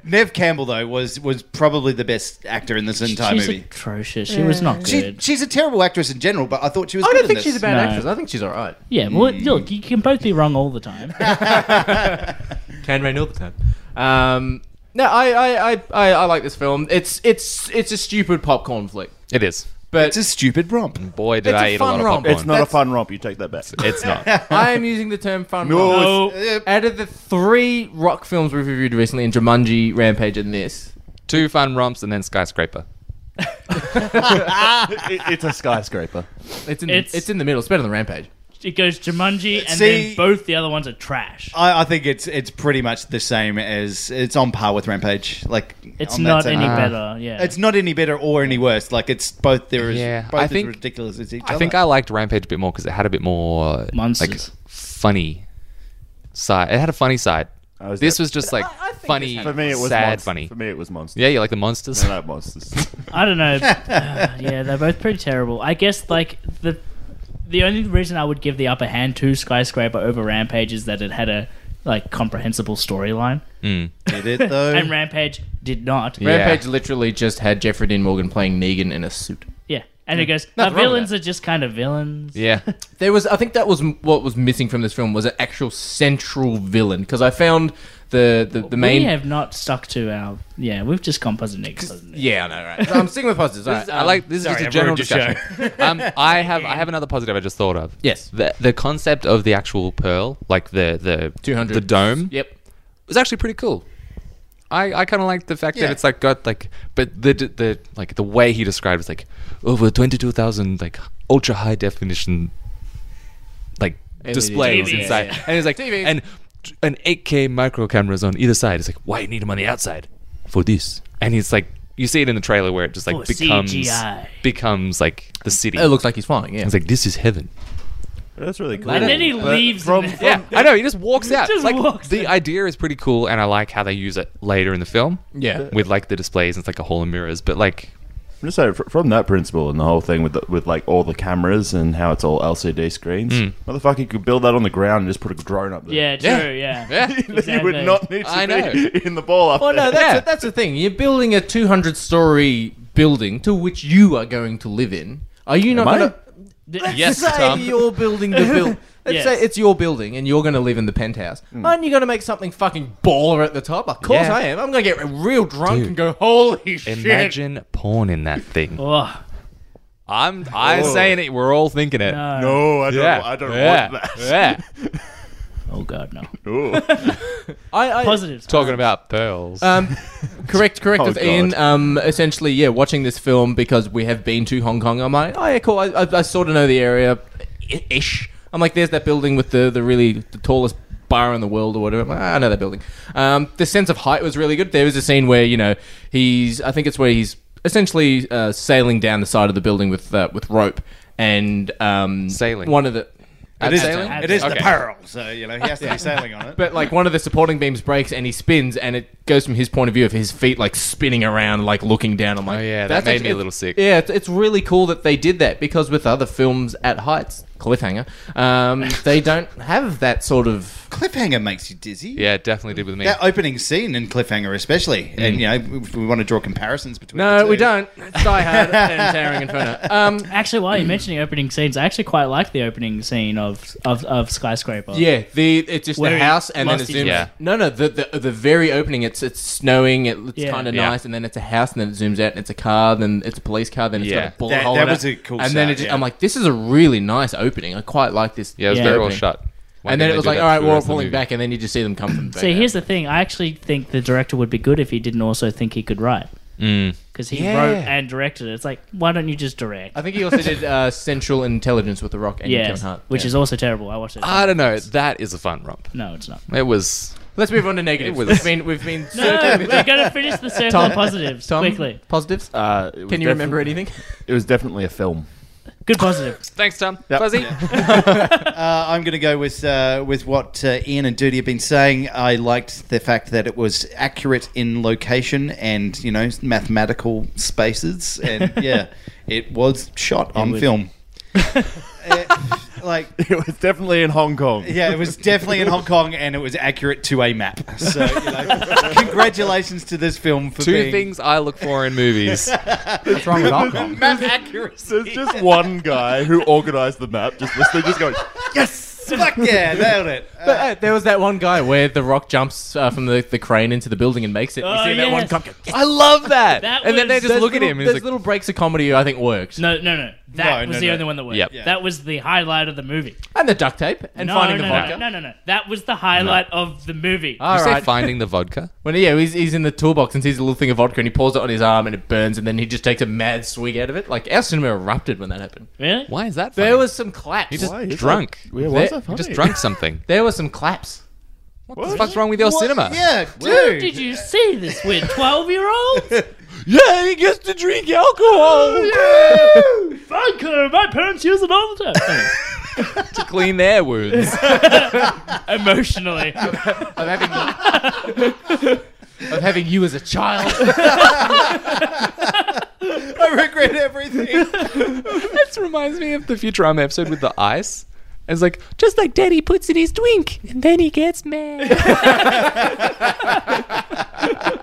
Nev Campbell though was was probably the best actor in this entire She's movie. atrocious. She was not She, good. she's a terrible actress in general, but I thought she was. I good don't in think this. she's a bad No. actress. I think she's all right. yeah, well, look, you can both be wrong all the time. Can rain all the time. Um, no, I, I, I, I, I like this film. It's it's it's a stupid popcorn flick, It is. but It's a stupid romp. Boy, did It's a I eat a fun lot of romp. popcorn. It's not a fun romp. You take that back. It's not. I am using the term fun. No, romp. Uh, Out of the three rock films we've reviewed recently, in Jumanji, Rampage, and this, Two fun romps and then skyscraper. It- it's a skyscraper. it's in the, it's, It's- in the middle. It's better than Rampage. It goes Jumanji, and See- then both the other ones are trash. I, I think it's it's pretty much the same as it's on par with Rampage. Like It's on that not same- Ah. any better. Yeah. It's not any better or any worse. Like it's both. There is Yeah, both I as think- ridiculous as each I other. think I liked Rampage a bit more because it had a bit more Monsters. like funny side. It had a funny side. I was this there. was just like funny, For me, it was sad, monst- funny. For me, it was monsters. Yeah, you like the monsters. I like monsters. I don't know. Uh, yeah, they're both pretty terrible. I guess like the the only reason I would give the upper hand to Skyscraper over Rampage is that it had a like comprehensible storyline, did it though. and Rampage did not. Yeah. Rampage literally just had Jeffrey Dean Morgan playing Negan in a suit. Yeah. And it goes, Nothing our wrong with villains that. are just kind of villains. Yeah, There was, I think that was m- what was missing from this film was an actual central villain because I found the the, the main. We have not stuck to our. Yeah, we've just composite Nick's. hasn't it? yeah, I know, right? So I'm sticking with positives. all right. I like this is just a general discussion. um, I have I have another positive I just thought of. Yes. the the concept of the actual pearl, like the the 200. the dome, Yep. was actually pretty cool. I, I kind of like the fact Yeah. that it's like got like, but the the- the like the way he described it's like over twenty two thousand like ultra high definition like LED displays TVs, inside, yeah. and it's like TVs. and an eight K micro cameras on either side. It's like why you need them on the outside for this, and it's like you see it in the trailer where it just like For becomes CGI. becomes like the city. Oh, It looks like he's flying. Yeah. It's like this is heaven. That's really cool. And then he But leaves. From, and- Yeah, I know. He just walks out. Just like walks the idea is pretty cool, and I like how they use it later in the film. Yeah. with like the displays and it's like a hall of mirrors, but like I'm just saying, fr- from that principle and the whole thing with the, with like all the cameras and how it's all LCD screens, motherfucker could build that on the ground and just put a drone up Yeah, there. Yeah. true. Yeah. yeah, you would Exactly. not need to I know. be in the ball up Well, there. oh, no, that's Yeah. that's the thing. You're building a 200 story building to which you are going to live in. Are you not I? going to? Yes, say Tom. you're building the build. Let's Yes. say it's your building and you're going to live in the penthouse. Aren't you going to make something fucking baller at the top? Of course Hmm. Yeah. I am. I'm going to get real drunk Dude. and go, holy shit. imagine porn in that thing. Oh, I'm I'm Oh. saying it. We're all thinking it. no. No, I don't. Yeah, I don't yeah, want that. Yeah, Oh god, no. Ooh. I, I, Positives. talking about pearls. Um, correct, correct Oh, us, Ian. God. Um, essentially, yeah, watching this film because we have been to Hong Kong. I'm like, oh yeah, cool. I, I, I sort of know the area, i- ish. I'm like, there's that building with the the really the tallest bar in the world or whatever. I'm like, "Ah, I know that building. Um, the sense of height was really good. There was a scene where you know he's, I think it's where he's essentially uh, sailing down the side of the building with uh, with rope and um, Sailing. One of the. It is, Abseiling? it is the Okay. peril, so you know he has to be sailing on it. But like one of the supporting beams breaks and he spins and it goes from his point of view of his feet like spinning around, like looking down. I'm like, Oh, yeah, that made me a it's- little sick. Yeah, it's, it's really cool that they did that because with other films at heights, cliffhanger, um, they don't have that sort of. Cliffhanger makes you dizzy. yeah, it definitely did with me. That opening scene in Cliffhanger, especially, and you know, if we want to draw comparisons between. the No, two, we don't. It's Die Hard and Towering Inferno. Um, Actually, while you're mentioning opening scenes, I actually quite like the opening scene of of, of skyscraper. yeah, the it's just Where the he house and then it lost zooms. his- Yeah. No, no, the, the the very opening. It's it's snowing. It, it's Yeah. kind of Yeah. nice, and then it's a house, and then it zooms out, and it's a car, then it's a police car, then it's Yeah. got a bullet That- hole. that in it. was a cool And then shot, it just, yeah. I'm like, this is a really nice opening. I quite like this. yeah, it was Yeah. very well opening. shot. Why and then didn't it was they like, do that all right, for the we're all rest of the pulling movie? back, and then you just see them come from. the See, back here's the thing. I actually think the director would be good if he didn't also think he could write. Because he wrote and directed it. It's like, why don't you just direct? I think he also did uh, Central Intelligence with The Rock and yeah, Kevin Hart, which is also terrible. I watched it. I don't know. That is a fun romp. no, it's not. It was. Let's move on to negatives. was- we've been we've been No, we're going to finish the circle Tom- of positives Tom, quickly. positives. Uh, it was Can you remember defi- anything? It was definitely a film. Good positive. Thanks, Tom. Yep. Fuzzy. Uh, I'm going to go with uh, with what uh, Ian and Duty have been saying. I liked the fact that it was accurate in location and you know mathematical spaces, and yeah, it was shot on would- film. Uh, like It was definitely in Hong Kong. yeah, it was definitely in Hong Kong, and it was accurate to a map. So you know, congratulations to this film for Two being things I look for in movies. What's wrong with Hong Kong? map accuracy. There's just one guy who organised the map. Just listening, just going, Fuck yeah, nailed it. But, uh, there was that one guy where The Rock jumps uh, from the, the crane into the building and makes it. Oh, you see that one yes. cop go, "Yes." I love that. That and then they was- just Those look at little- him. And Those he's like, little breaks of comedy, I think, worked. No, no, no. That No, was no, the no. only one that worked. Yep. Yeah. That was the highlight of the movie. And the duct tape and no, finding no, the no, vodka. Ah. no, no, no. That was the highlight of the movie. All Did you say right. finding the vodka? When yeah, he's, he's in the toolbox and sees a little thing of vodka and he pours it on his arm and it burns and then he just takes a mad swig out of it. Like our cinema erupted when that happened. really? Why is that? Funny? There was some claps. you just Why is drunk. that- Yeah, why There- is that You funny? just drunk something. there were some claps. What, the fuck's wrong with your What- cinema? Yeah, Dude, dude. did you see this? We're 12 year olds? Yeah, he gets to drink alcohol. Vodka! My parents use it all the time. To clean their wounds. Emotionally. I'm having I'm having you as a child. I regret everything. this reminds me of the Futurama episode with the ice. It's like just like Daddy puts in his drink, and then he gets mad. All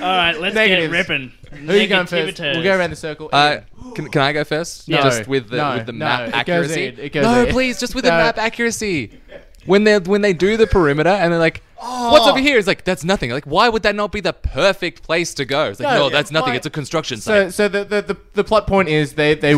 right, let's Negatives. get ripping. Who are you going first? We'll go around the circle. Uh, can, can I go first? No. just with the No, with the no, map it goes accuracy. in, it goes no, in. please, just with the No. map accuracy. When they when they do the perimeter and they're like, "What's Oh. over here?" It's like that's nothing. Like, why would that not be the perfect place to go? It's like, No, no, yeah, that's nothing. why- It's a construction site. so so the, the, the, the plot point is they they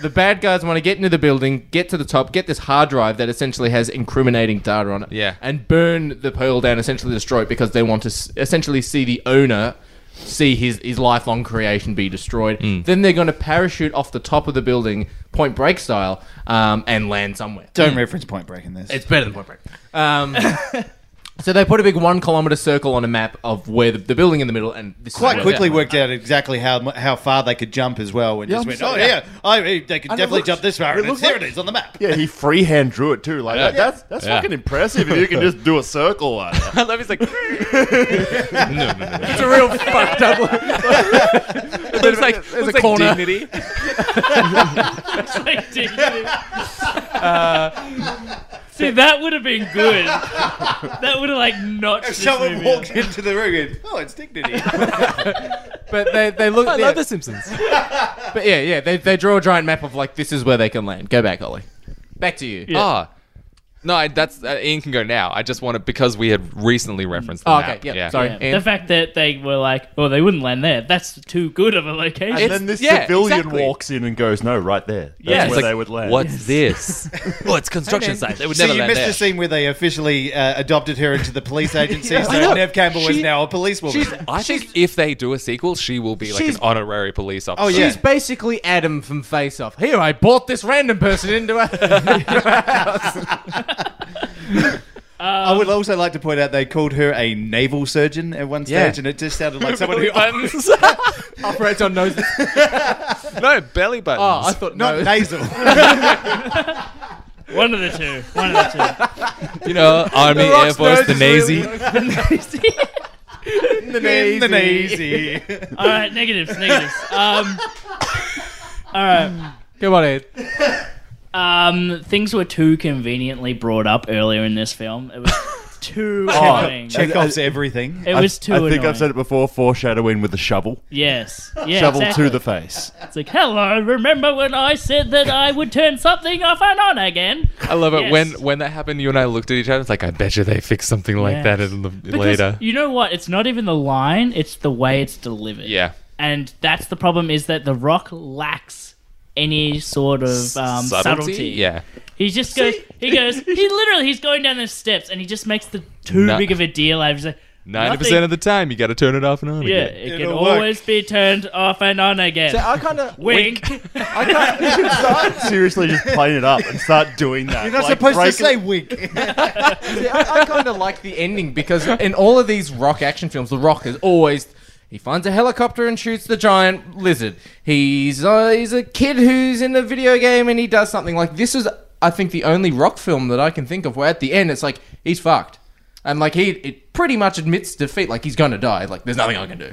the bad guys want to get into the building, get to the top, get this hard drive that essentially has incriminating data on it. Yeah. And burn the pearl down, essentially destroy it because they want to s- essentially see the owner see his, his lifelong creation be destroyed. Then they're going to parachute off the top of the building, point break style, um, and land somewhere. Don't reference Point Break in this. It's better than Point Break. Um, So they put a big one kilometer circle on a map of where the, the building in the middle and this is Quite where- quickly yeah. worked out exactly how mu- how far they could jump as well, and Yeah, just I'm went, sorry, "Oh yeah. yeah, I, they could And it definitely looks- jump this far." it And it's, looks there like- it is on the map. Yeah, he freehand drew it too. Like that, that's that's Yeah. fucking impressive. if you can just do a circle like that. I love he's like, no, no, no. It's a real fucked up. it looks like, There's looks a like corner. dignity. Like, dude, Uh, See, that would have been good. That would have like not. Someone uh, walked into the room and, "Oh, it's dignity." But they, they look. I yeah, love The Simpsons. But yeah, yeah, they, they draw a giant map of like this is where they can land. Go back, Ollie. Back to you. Ah. No, I, that's uh, Ian can go now. I just want to because we had recently referenced the Oh, okay, map. yeah, sorry. Yeah, And- the fact that they were like, "Oh, they wouldn't land there. That's too good of a location." And then this yeah, civilian exactly. walks in and goes, "No, right there. That's Yeah, where it's they would land." What's this? oh, it's construction site. They would So never you land missed there. the scene where they officially uh, adopted her into the police agency. I So know. Nev Campbell is She- now a policewoman. She's, I think if they do a sequel, she will be like an She's- honorary police officer. Oh, yeah. She's basically Adam from Face Off. Here, I bought this random person into a. I would also like to point out they called her a naval surgeon at one stage, Yeah. and it just sounded like someone who buttons. operates on noses. no, belly buttons. Oh, I thought not no. nasal. One of the two. One of the you know, Army, Air Rock's Force, nose the is Navy. the nasy. The nasy. two. All right, negatives, negatives. Um, all right. Come on, Ed. Um, things were too conveniently brought up earlier in this film. It was too annoying. Chekhov's everything. It I- was too I annoying. think I've said it before. Foreshadowing with a shovel, Yes. Yeah, shovel exactly. to the face. It's like, hello, remember when I said that I would turn something off and on again? I love it Yes. when when that happened. You and I looked at each other. It's like I bet you they fix something like Yes. that in the, later. You know what? It's not even the line, it's the way it's delivered. yeah, And that's the problem is that The Rock lacks any sort of um, subtlety. Yeah, He just goes, he goes, he literally, he's going down the steps and he just makes the too No- big of a deal. I was like, ninety percent of the time you got to turn it off and on. Yeah, again. it can It'll work. always be turned off and on again. I kind of Wink. Start seriously just playing it up and start doing that. You're not Like, supposed to break- say wink. I, kind of like the ending because in all of these rock action films, The Rock is always. He finds a helicopter and shoots the giant lizard. He's uh, he's a kid who's in a video game and he does something like this is I think the only rock film that I can think of where at the end it's like he's fucked and like he it pretty much admits defeat like he's gonna die like there's nothing I can do.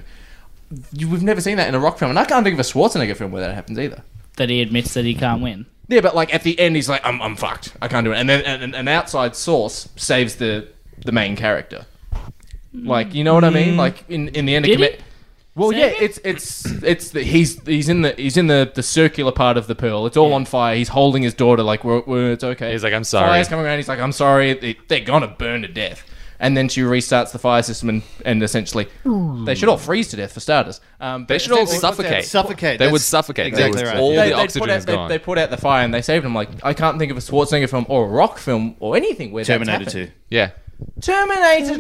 You, we've never seen that in a rock film and I can't think of a Schwarzenegger film where that happens either. that he admits that he can't win. Yeah, but like at the end, he's like, "I'm, I'm fucked. I can't do it." And then an, an- an outside source saves the the main character. Like, you know what I mean? Like in, in the end, it Mm. Did he? commit- Well, Save yeah, it? it's it's it's the, he's he's in the he's in the, the circular part of the pearl. It's all on fire. He's holding his daughter like we're, we're, it's okay. He's like, "I'm sorry." Fire's coming around. He's like, I'm sorry. They, they're gonna burn to death. And then she restarts the fire system and, and essentially they should all freeze to death for starters. Um, They but should all essentially- suffocate. Suffocate. They would That's suffocate. They Exactly would- right. All Yeah. they, the they'd oxygen put out, is they- gone. They, put out the fire and they saved him. Like I can't think of a Schwarzenegger film or a rock film or anything where Terminator that's 2. happened. yeah. Terminator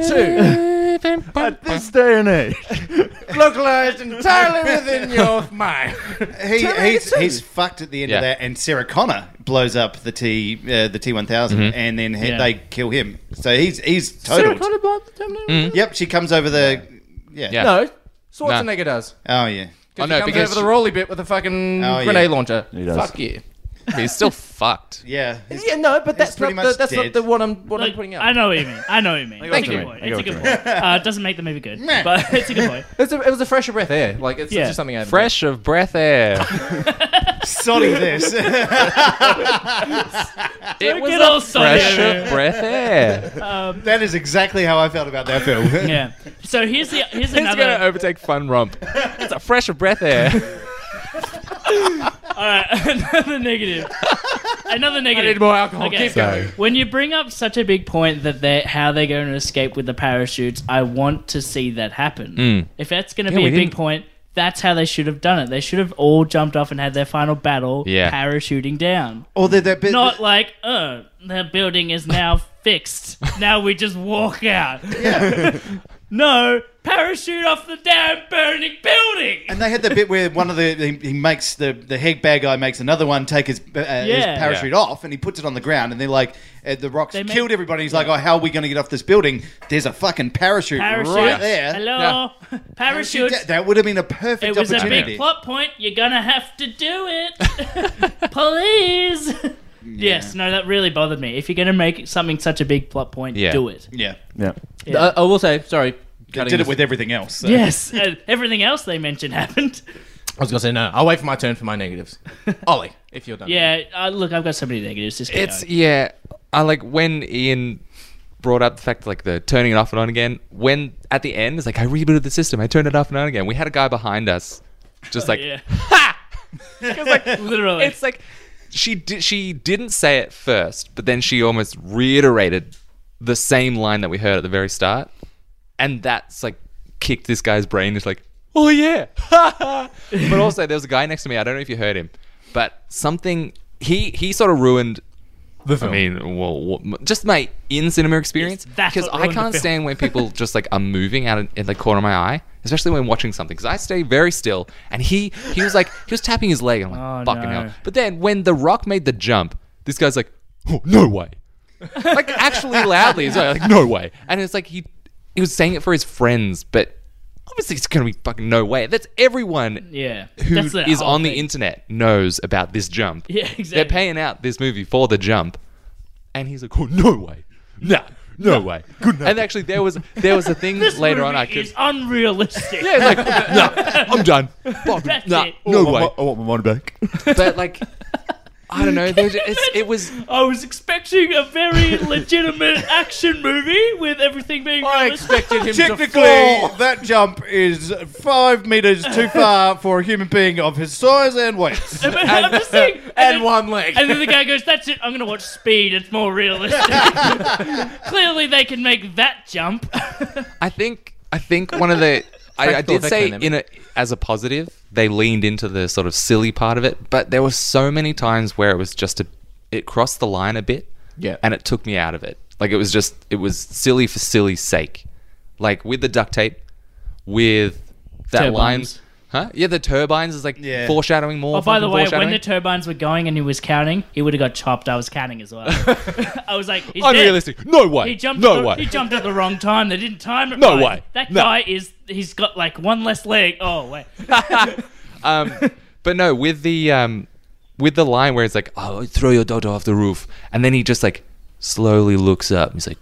At this day and age, 2, localized entirely within your mind. He, Terminator he's, 2. he's fucked at the end Yeah. of that, and Sarah Connor blows up the T uh, the T one thousand, and then he, Yeah. they kill him. So he's he's totaled. Mm. Yep, she comes over the. Yeah. Yeah. No, Schwarzenegger does. Oh yeah. Oh, no, he comes because over the she- rolly bit with a fucking Oh, yeah. grenade launcher. He does. Fuck you. He's still fucked. Yeah. He's- Yeah, no, but that's not pretty the, much that's not dead. the what I'm what I'm Like, putting out. I know what you mean. I know what you mean. It's a what you good mean. point. It's a good point. Uh, it doesn't make the movie good, but it's a good point. It's a, it was a fresher breath air. Like it's Yeah. just something I Fresh of breath air. Sorry, this. it Good old Sonny fresh over of here. breath air. that is exactly how I felt about that film. Yeah. So here's the here's It's another. gonna overtake fun romp. It's a fresh of breath air. All right, another negative. Another negative. need more alcohol. Okay. Keep going. When you bring up such a big point that they how they're going to escape with the parachutes, I want to see that happen. If that's going to be we a big didn't- point, that's how they should have done it. They should have all jumped off and had their final battle Yeah. parachuting down. Or that that bit. Not like, oh, the building is now fixed. Now we just walk out. no, parachute off the damn burning building. And they had the bit where one of the he, he makes the the head bad guy makes another one take his, uh, his Yeah. parachute off and he puts it on the ground and they're like uh, the rocks They make- killed everybody. He's like, oh, how are we going to get off this building? There's a fucking parachute, Parachute. right there. Hello, parachute. That- That would have been a perfect It was a opportunity. big plot point. You're gonna have to do it, please. Yes, no, that really bothered me. If you're gonna make something such a big plot point, Yeah. do it. yeah, Yeah. Yeah. Uh, I, I will say, sorry. they cutting did it this- with everything else. so- Yes, uh, everything else they mentioned happened. I was gonna say no. I'll wait for my turn for my negatives. Ollie, if you're done. Yeah, uh, look, I've got so many negatives. Just It's yeah. I like when Ian brought up the fact like the turning it off and on again. When at the end it's like I rebooted the system, I turned it off and on again. We had a guy behind us, just like yeah. ha. 'Cause, like literally. it's like she di- she didn't say it first, but then she almost reiterated the same line that we heard at the very start, and that's like kicked this guy's brain. It's like, oh yeah, but also there was a guy next to me. I don't know if you heard him, but something he he sort of ruined. the film. I mean, well, what, just my in cinema experience Oh. Yes, that's because what I ruined the can't film. stand when people just like are moving out in, in the corner of my eye, especially when watching something. Because I stay very still, and he he was like he was tapping his leg. I'm like, Oh, fucking no. hell. But then when The Rock made the jump, this guy's like, oh, no way, like actually loudly as well, like no way. And it's like he he was saying it for his friends, but obviously it's gonna be fucking no way. That's everyone yeah. who That's is the whole on the thing. internet knows about this jump. Yeah, exactly. They're paying out this movie for the jump, and he's like, "Oh no way, nah, no way." Good and actually, there was there was a thing This later on movie I could. is unrealistic. Yeah, like, nah, I'm done. Fuck, That's nah, it. no I way. want, my, I want my money back. But like, I don't know. There's, it's, it was I was expecting a very legitimate action movie with everything being I realistic. expected him to Technically, fall. that jump is five meters too far for a human being of his size and weight. But I'm just saying, and, And then- one leg. And then the guy goes, "That's it. I'm going to watch Speed. It's more realistic." Clearly, they can make that jump. I think I think one of the I, I Practical did effect say dynamic. in a, as a positive they leaned into the sort of silly part of it, but there were so many times where it was just a it crossed the line a bit, Yeah. and it took me out of it. Like it was just it was silly for silly's sake, like with the duct tape, with that line, Turbines. huh? Yeah, the turbines is like Yeah. foreshadowing more. Oh, by the fucking way, when foreshadowing. the turbines were going and he was counting, he would have got chopped. I was counting as well. I was like, He's dead. unrealistic, no way, He jumped. no at the, way. He jumped at the wrong time. They didn't time it. No right. way. That No. guy is. He's got like one less leg. Oh wait. um, but no, with the um, with the line where it's like, "Oh, throw your daughter off the roof," and then he just like slowly looks up. He's like,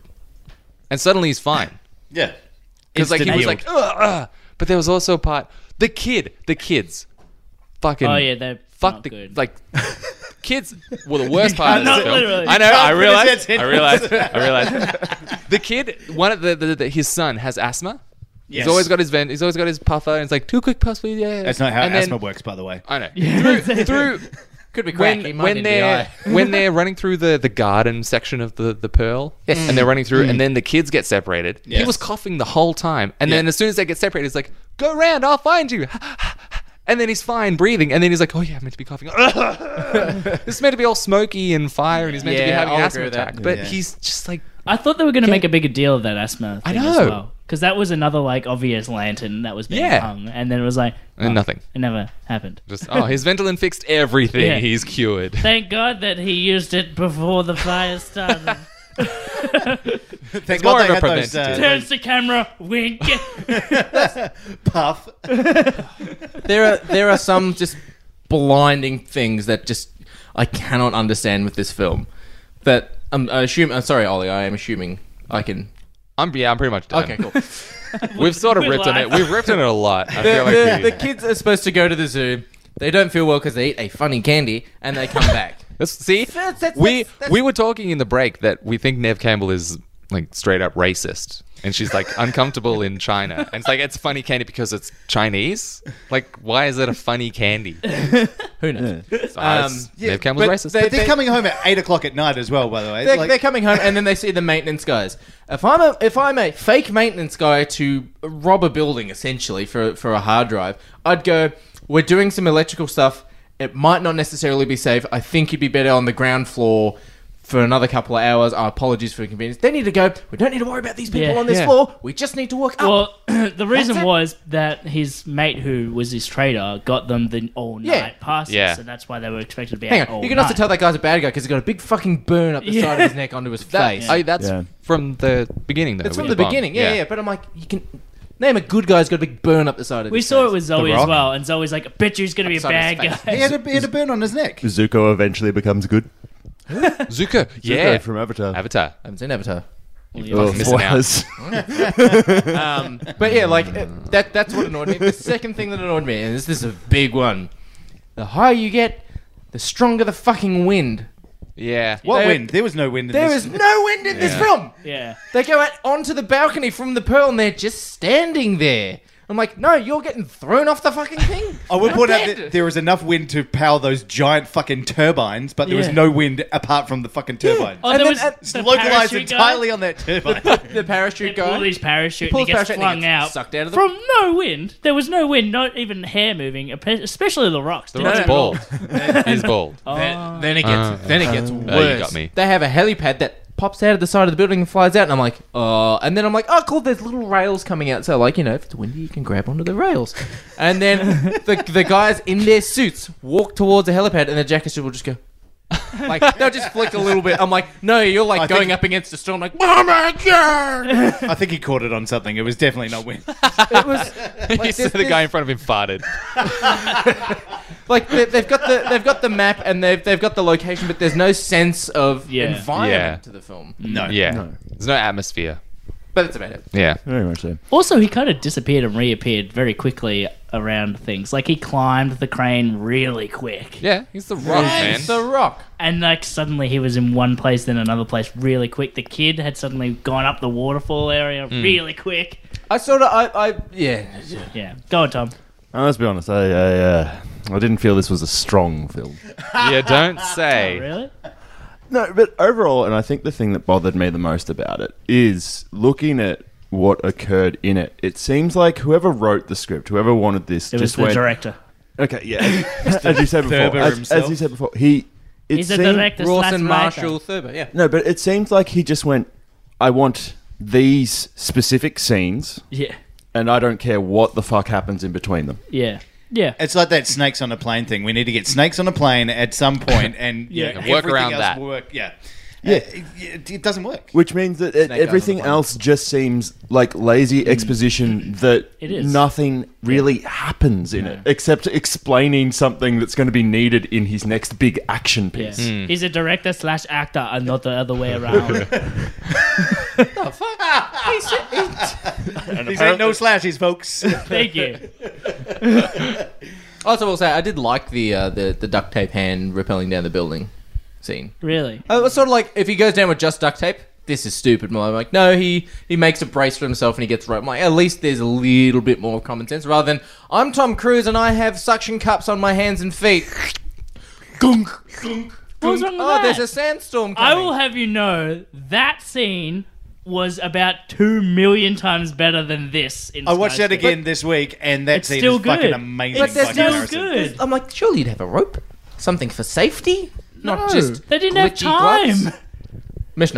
and suddenly he's fine yeah. because like he Instant was yield. like, ugh, ugh. but there was also a part the kid, the kids, fucking. Oh yeah, they're Fuck not the good. like, kids were the worst part can't- of this No, film. literally. I know. You can't I finish realize. that I realize. I realize. The kid, one of the, the, the his son has asthma. Yes. He's always got his vent. He's always got his puffer. And it's like two quick puffs, please. Yeah. That's not how and then- asthma works, by the way. I know. Through, through Could be when, cracky. when they're when they're running through the, the garden section of the, the pearl, and they're running through, Mm. and then the kids get separated. He Yes. was coughing the whole time, and then Yeah. as soon as they get separated, he's like, "Go round, I'll find you." And then he's fine, breathing, and then he's like, "Oh yeah, I'm meant to be coughing. this is meant to be all smoky and fire, and he's meant to be Yeah, having I'll an asthma agree with that. attack." But Yeah. he's just like, I thought they were going to make a bigger deal of that asthma. Thing As know. well. Because that was another like obvious lantern that was being Yeah. hung, and then it was like And Uh, oh, nothing. It never happened. just oh, his Ventolin fixed everything. Yeah. He's cured. Thank God that he used it before the fire started. Thank more God of they a had those, preventative. uh, Turns the camera, wink. those puff. there are there are some just blinding things that just I cannot understand with this film. That um, I assume. I'm sorry, Ollie. I am assuming I can. I'm yeah, I'm pretty much done. Okay, cool. We've sort of We're ripped on it. live. We've ripped on it a lot. I feel the, the, like we, the kids are supposed to go to the zoo. They don't feel well because they eat a funny candy and they come back. That's, see, That's- that's- we that's- that's- we were talking in the break that we think Nev Campbell is like straight up racist, and she's like uncomfortable in China, and it's like it's funny candy because it's Chinese. Like, why is it a funny candy? Who knows? So, uh, Um, yeah, Nev Campbell's but racist. they- But they're coming home at eight o'clock at night as well. By the way, They're, Like- they're coming home and then they see the maintenance guys. If I'm a if I'm a fake maintenance guy to rob a building essentially for for a hard drive, I'd go. We're doing some electrical stuff. It might not necessarily be safe. I think you'd be better on the ground floor. for another couple of hours. Our apologies for inconvenience. They need to go. We don't need to worry about these people Yeah. on this Yeah. floor. We just need to walk up. Well, the reason That's it. was that his mate, who was his trader, got them the all night Yeah. passes, Yeah. so that's why they were expected to be Hang out all Oh, on. You can night. also tell that guy's a bad guy because he's got a big fucking burn up the Yeah. side of his neck onto his That, face. I, that's Yeah. from the beginning, though. It's with from the bomb. beginning. Yeah, yeah, But I'm like, you can name a good guy who's got a big burn up the side of. We his saw face. it with Zoe as Rock. well, and Zoe's like, I bet you he's going to be a Upside bad his guy. He had, a, he had a burn on his neck. Zuko eventually becomes good. Zuko. Zuko Yeah. from Avatar. Avatar. I haven't seen Avatar. Oh, fucking missing out. spoilers. Um, but yeah, like uh, that. That's what annoyed me. The second thing that annoyed me, and this, this is a big one. The higher you get, the stronger the fucking wind. Yeah. What There- wind? There was no wind in There this. is no wind in this film. yeah. They go out onto the balcony from the pearl, and they're just standing there. I'm like, no, you're getting thrown off the fucking thing. I will You're point out dead. that there was enough wind to power those giant fucking turbines, but there was Yeah. no wind apart from the fucking turbines. Oh, And there then was it's the localized parachute guy? entirely on that turbine. the parachute All guy. these parachute, and Pulls he gets parachute and flung he gets out, sucked out of the- from no wind. There was no wind, not even hair moving, ape- especially the rocks. The didn't rock's move. bald. He's bald. Then, then it gets Uh, then it gets worse. Oh, you got me. They have a helipad that pops out of the side of the building and flies out, and I'm like, oh. And then I'm like, oh, cool. There's little rails coming out, so like you know, if it's windy, you can grab onto the rails. And then the the guys in their suits walk towards the helipad, and the jackets will just go. like they'll just flick a little bit. I'm like, no, you're like I think- going up against the storm. Like, oh my god! I think he caught it on something. It was definitely not wind. It was you like, see this- the this- guy in front of him farted. like they, they've got the they've got the map and they've they've got the location, but there's no sense of Yeah. environment Yeah. to the film. No. Yeah. There's no atmosphere. But that's about it. Yeah. Very much so. Also, he kind of disappeared and reappeared very quickly around things. Like he climbed the crane really quick, Yeah. He's the rock, man. It's The Rock. and like suddenly he was in one place, then another place really quick. The kid had suddenly gone up the waterfall area really quick. I sort of, I, I, yeah. Yeah, go on, Tom. Uh, let's be honest. I, I, uh, I didn't feel this was a strong film. yeah. Don't say. Really? No, but overall, and I think the thing that bothered me the most about it is looking at what occurred in it. It seems like whoever wrote the script, whoever wanted this, It was just the went. director. Okay, yeah. as you said before, Thurber as, himself. as you said before, he. It He's a seemed, director slash Rawson writer. Marshall Thurber, yeah. No, but it seems like he just went. I want these specific scenes, Yeah, and I don't care what the fuck happens in between them. yeah, yeah. It's like that snakes on a plane thing. We need to get snakes on a plane at some point and Yeah. yeah, And work everything around else that. will Work. Yeah. Yeah. Uh, It, it doesn't work. Which means that it, Snake Eyes everything on the else just seems like lazy exposition that It is. nothing really happens in it except explaining something that's going to be needed in his next big action Yeah. piece. Hmm. He's a director slash actor, and not the other way around. These ain't no slashes, folks. Thank you. Also, will say I did like the uh, the the duct tape hand rappelling down the building scene. Really? I Uh, was sort of like, if he goes down with just duct tape, this is stupid. Well, I'm like, no, he he makes a brace for himself and he gets right. I'm like, at least there's a little bit more common sense rather than I'm Tom Cruise and I have suction cups on my hands and feet. Gunk, gunk, What was gunk. wrong with oh, there's that? a sandstorm I coming. will have you know that scene was about two million times better than this. In I watched that Skyscraper. again this week, and that It's scene still is fucking good. amazing. But there's by no comparison. good. I'm like, surely you'd have a rope, something for safety, not just They didn't have glitchy gloves. time. Mission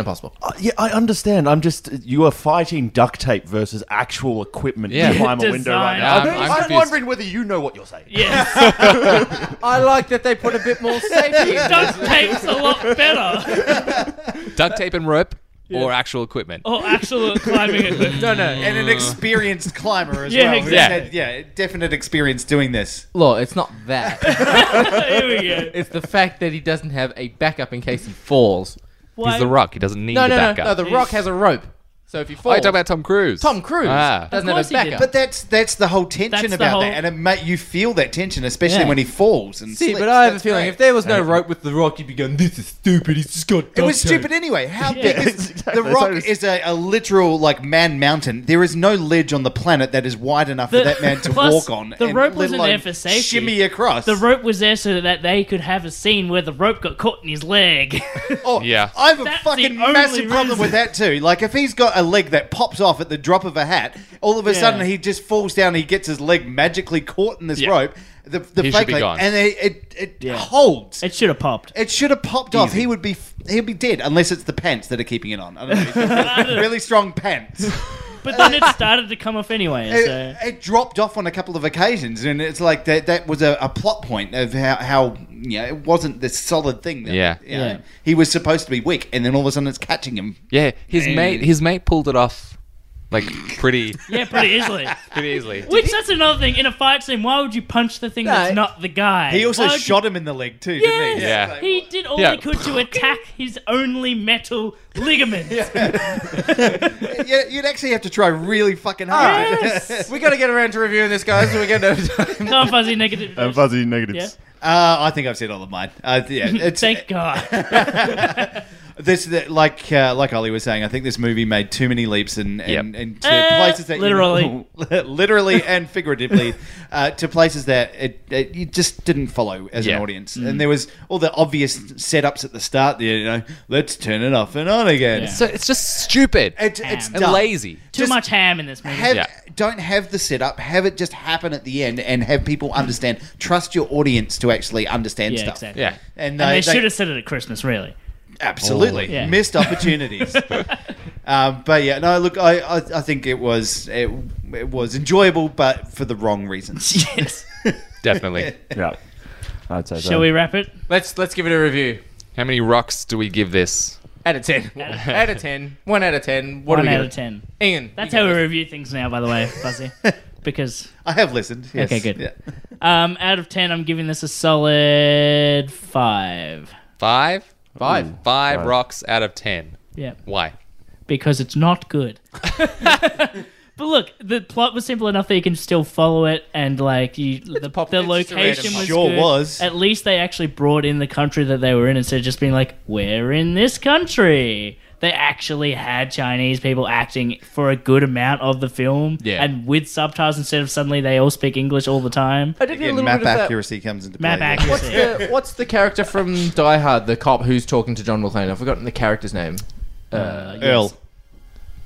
Impossible. Uh, yeah, I understand. I'm just you are fighting duct tape versus actual equipment Yeah. to climb a window right Design. now. Yeah, I'm- I'm confused. wondering whether you know what you're saying. Yes, I like that they put a bit more safety. duct tape's a lot better. Duct tape and rope or actual equipment. Or actual climbing equipment. No, no. And an experienced climber as Yeah, well. who's exactly. had, yeah, definite experience doing this. Look, it's not that. Here we go. it's the fact that he doesn't have a backup in case he falls. Why- He's the rock. He doesn't need No, a no, no, backup. no. The Rock has a rope, so if he Oh, falls, you talking about Tom Cruise. Tom Cruise Ah. Of doesn't have a course he backup. did. But that's that's the whole tension That's the about whole- that, and it ma- you feel that tension, especially Yeah. when he falls and See, slips. but I have a That's feeling great. if there was no rope with the Rock, you'd be going, "This is stupid. He's just got." It was stupid anyway. How Yeah. big is Exactly. the Rock? So it's- Is a, a literal like man mountain. There is no ledge on the planet that is wide enough The- for that man to plus, walk on. the and rope let wasn't alone there for safety. Shimmy across. The rope was there so that they could have a scene where the rope got caught in his leg. Oh, Yeah. I have a That's fucking the only massive problem reason. with that too. Like if he's got a leg that pops off at the drop of a hat, all of a Yeah. sudden he just falls down. He gets his leg magically caught in this Yeah. rope. The, the He should fake be leg, gone. and it it, it Yeah. holds. It, It should have popped. should have popped off. He would be f- he'd be dead unless it's the pants that are keeping it on. I don't know. really strong pants. But then it started to come off anyway. So. It, it dropped off on a couple of occasions, and it's like that. That was a, a plot point of how, how you know, it wasn't this solid thing. That, Yeah. you know, Yeah. he was supposed to be weak, and then all of a sudden it's catching him. Yeah, his mate, his mate pulled it off, like pretty, Yeah, pretty easily. pretty easily. Which that's another thing in a fight scene. Why would you punch the thing that's not the guy? He also Why would you- shot him in the leg too, didn't Yes, he? Yeah. Yeah. he did all Yeah. he could to attack his only metal ligaments. You- You'd actually have to try really fucking hard. Yes. we got to get around to reviewing this, guys. We got to. Come on, fuzzy negative. And fuzzy negatives. Yeah. Uh, I think I've said all of mine. Uh, yeah, it's, Thank God. this that- like uh, like Ollie was saying. I think this movie made too many leaps and and, Yep. and to Uh, places that you- literally. literally and figuratively, uh, to places that it, it you just didn't follow as Yeah. an audience. And there was all the obvious setups at the start. There, you know, let's turn it off and on again. Yeah. So it's just stupid It, it's and dumb. lazy. Too Just- much ham in this movie. Have, Yeah. Don't have the setup. Have it just happen at the end, and have people understand. Trust your audience to actually understand yeah, stuff. exactly. Yeah, And, And they- they, they- should have said it at Christmas, really. Absolutely. Yeah. Missed opportunities. um, but yeah, no, look, I, I, I think it was it, it was enjoyable, but for the wrong reasons. Yes. definitely. Yeah. I'd say so. Shall we wrap it? let's let's give it a review. How many rocks do we give this? Out of ten. out of ten. One out of ten. What do One we out give of it? ten. Ian. That's you how go we first. review things now, by the way, Fuzzy. Because I have listened. yes. Okay, good. Yeah. um, out of ten, I'm giving this a solid five. Five, Five. five rocks out of ten. Yeah. Why? because it's not good. but look, the plot was simple enough that you can still follow it, and like you, the, pop- the let's just read location them. was Sure good. was. At least they actually brought in the country that they were in instead of just being like, "We're in this country." They actually had Chinese people acting for a good amount of the film, Yeah. and with subtitles instead of suddenly they all speak English all the time. I did get a Again, little map bit of that. accuracy comes into play. Map yeah. accuracy. What's the, what's the character from Die Hard, the cop who's talking to John McClane? I've forgotten the character's name. Uh, Earl.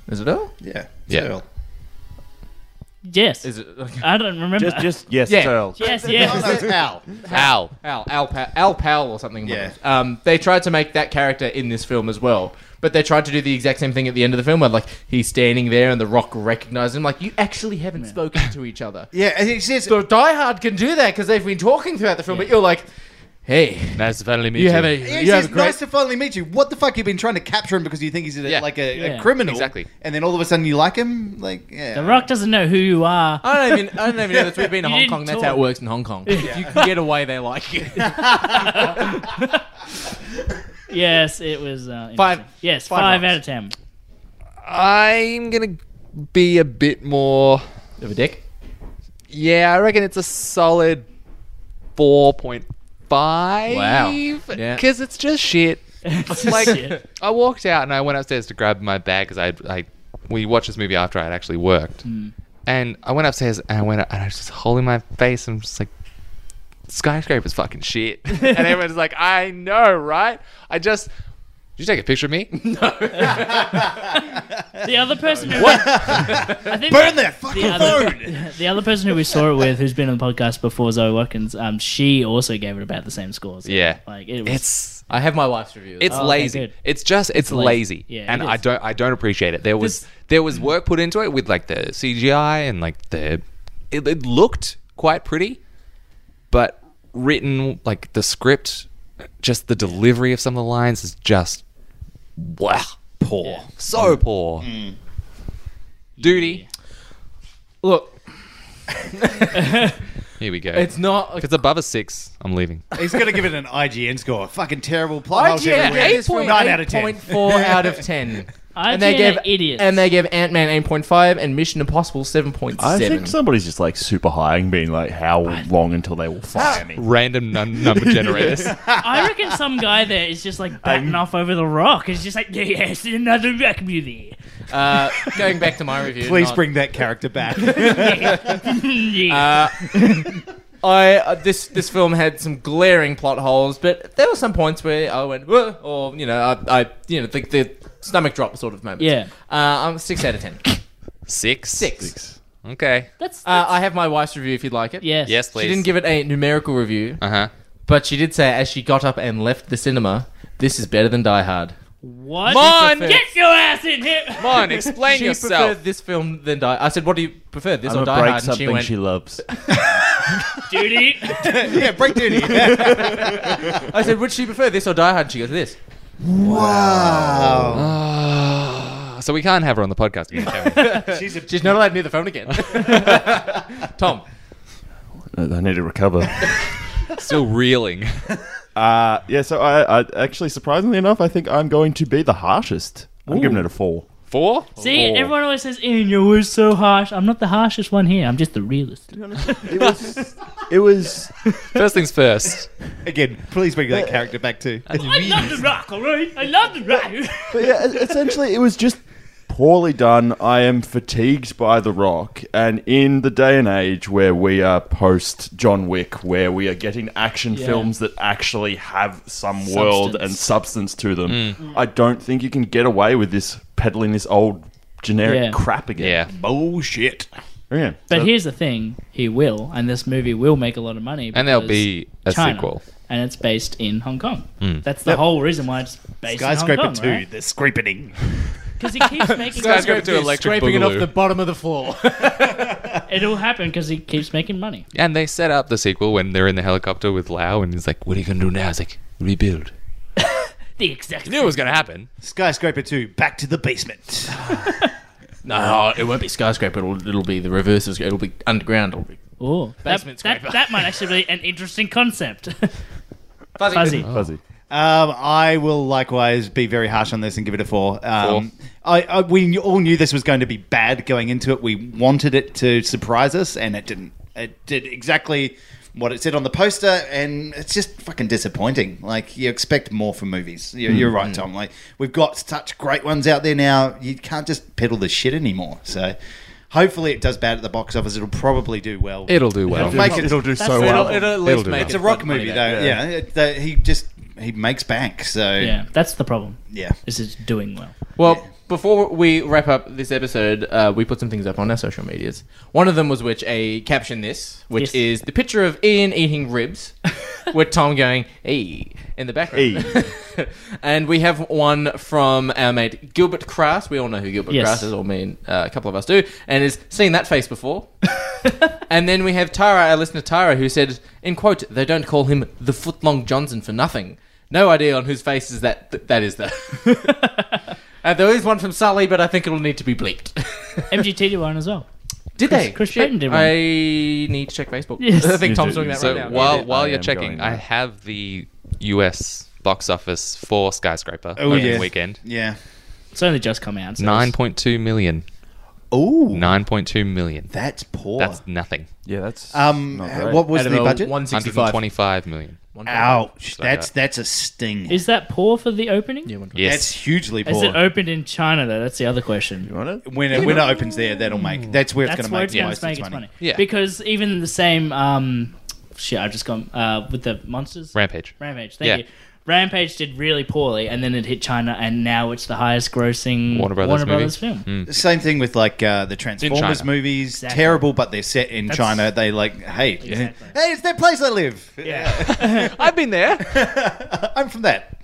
is it Earl? Yeah. Yeah. Earl. Yes, Is it okay. I don't remember. Just, just yes, Yeah. Charles. yes, yes. That's Al. How? Al Al, pa- Al Powell or something? Yeah. Um, they tried to make that character in this film as well, but they tried to do the exact same thing at the end of the film, where like he's standing there and The Rock recognizes him. Like you actually haven't spoken to each other. Yeah, and he says, So Die Hard can do that because they've been talking throughout the film, but you're like, hey, Nice to finally meet you have a yeah, he you have says a great nice to finally meet you. What the fuck? You've been trying to capture him because you think he's a, Yeah. like a, a Yeah. criminal. Exactly. And then all of a sudden you like him? Like, yeah. The Rock doesn't know who you are. I don't even I don't even know that's we've been to You Hong didn't Kong. That's talk. how it works in Hong Kong. If you can get away, they like you. Yes, it was uh, Five- interesting. Yes, five five, rocks. out of ten. I'm gonna be a bit more. of a dick. Yeah, I reckon it's a solid four point five. Wow. Yeah. Because it's just shit. like Shit. I walked out and I went upstairs to grab my bag because I I we watched this movie after I had actually worked, Hmm. and I went upstairs and I went and I was just holding my face and I'm just like. Skyscraper's fucking shit. and everyone's like, I know, right? I just. Did you take a picture of me? The other person who I think Burn that fucking the other, the other person who we saw it with, who's been on the podcast before, Zoe Watkins, um, she also gave it about the same scores. Yeah. like it was. It's I have my wife's review. It's Oh, okay, lazy. good. It's just it's, lazy. Yeah, and it I is. don't I don't appreciate it. There was there was work put into it with like the CGI and like the it, it looked quite pretty, but written like the script, just the delivery of some of the lines is just wow poor, so poor. Duty. look, Here we go. it's not. if it's above a six, I'm leaving. He's going to give it an IGN score. Fucking terrible plot. holes IGN everywhere. gave this film 9 out of 10. 8.4 out of 10. IGN and they gave are idiots. and they gave Ant Man 8.5 and Mission Impossible 7.7. I think somebody's just like super high and being like, how long until they will fire me? Random nun- number generators. I reckon some guy there is just like batting Um, off over the rock. It's just like yes, another rock movie. uh, going back to my review. Please not- bring that character back. Yeah. Uh, I uh, this this film had some glaring plot holes, but there were some points where I went, Whoa, or you know, I, I you know, the, the stomach drop sort of moment. Yeah. uh, I'm six out of ten. six. Six. Okay. That's, Uh, I have my wife's review if you'd like it. yes. Yes, please. She didn't give it a numerical review, Uh huh. but she did say as she got up and left the cinema, this is better than Die Hard. What? Mon! Get your ass in here! Come on, explain she yourself. preferred this film than Die I said, what do you prefer, this or I'm Die gonna break Hard? And she something went, she loves. Duty. yeah, break duty. I said, would she prefer this or Die Hard? And she goes, this. wow. so we can't have her on the podcast again. can we? She's a She's not allowed near the phone again. Tom. I need to recover. Still reeling. Uh, yeah, so I, I actually, surprisingly enough, I think I'm going to be the harshest. I'm giving it a four. Four? See, everyone always says, Ian, you were so harsh. I'm not the harshest one here. I'm just the realist. It was, it was, First things first. Again, please bring that character back too. I love the rock, all right? I love the rock. but yeah, e- essentially, it was just poorly done. I am fatigued by The Rock, and in the day and age where we are post John Wick, where we are getting action films that actually have some world and substance to them, I don't think you can get away with this peddling this old generic Yeah. crap again. Yeah. Bullshit. Yeah, yeah. but here's the thing he will, and this movie will make a lot of money. And there'll because be a China, sequel. And it's based in Hong Kong. That's the whole reason why it's based in Skyscraper Hong Kong. two. They're scraping. Because he keeps making Skyscraper two electric Scraping it off boogaloo. the bottom of the floor. It'll happen because he keeps making money. And they set up the sequel when they're in the helicopter with Lau, and he's like, "What are you gonna do now?" He's like, "Rebuild." The exact. Knew it was gonna happen. Skyscraper two. Back to the basement. no, it won't be skyscraper. It'll, it'll be the reverse. of skyscraper. It'll be underground. It'll be Oh, that, Basement that, scraper. that might actually be an interesting concept. fuzzy. Fuzzy. fuzzy. Oh. Um, I will likewise be very harsh on this and give it a four. Um, I, I, we all knew this was going to be bad going into it. We wanted it to surprise us, and it didn't. It did exactly what it said on the poster, and it's just fucking disappointing. Like you expect more from movies. You're, you're right, Tom. Like we've got such great ones out there now. You can't just peddle this shit anymore. So. Hopefully it does bad at the box office. It'll probably do well. It'll do well. make it. do so the- well. It'll at least do make that. It's it a rock worth money movie though. back. Yeah, It- that- he just he makes bank. So yeah, that's the problem. yeah. Is it's doing well. Well, before we wrap up this episode, uh, we put some things up on our social medias. One of them was which a caption this, Yes. which is the picture of Ian eating ribs, with Tom going "ee" in the background. and we have one from our mate Gilbert Crass. We all know who Gilbert Yes. Crass is, or me and uh, a couple of us do, and has seen that face before. and then we have Tara, our listener Tara, who said, in quote, "They don't call him the footlong Johnson for nothing." No idea on whose faces that that is though. Uh, there is one from Sully, but I think it'll need to be bleeped. MGT did one as well. did Chris- they? Chris Shit, Payton did one. I need to check Facebook. Yes. I think You Tom's do, doing that you So right now. while Yeah, while I you're am checking, going I there. have the U.S. box office for Skyscraper Oh, opening yes. weekend. Yeah. It's only just come out. So Nine it's- point two million. Oh, Nine point two million. that's poor. That's nothing. Yeah, that's um, not great. what was Out of the a budget? 165. 125 million. Ouch! Something like That's that's a sting. Is that poor for the opening? Yeah, 125. Yes. that's hugely Is poor. it opened in China though? That's the other question. want it? when it, when it opens there, that'll make. That's where it's going Hmm. That's to where make it's the going most to make its money. Yeah. Because even the same um, shit, I've just gone uh, with the monsters. Rampage. Rampage. Thank Yeah. you. Rampage did really poorly, and then it hit China, and now it's the highest-grossing Warner Brothers movie. film. Same thing with like uh, the Transformers China. movies. Exactly. Terrible, but they're set in That's- China. They like, hey, Exactly. hey, it's that place I live. Hmm. Yeah. I've been there. I'm from that.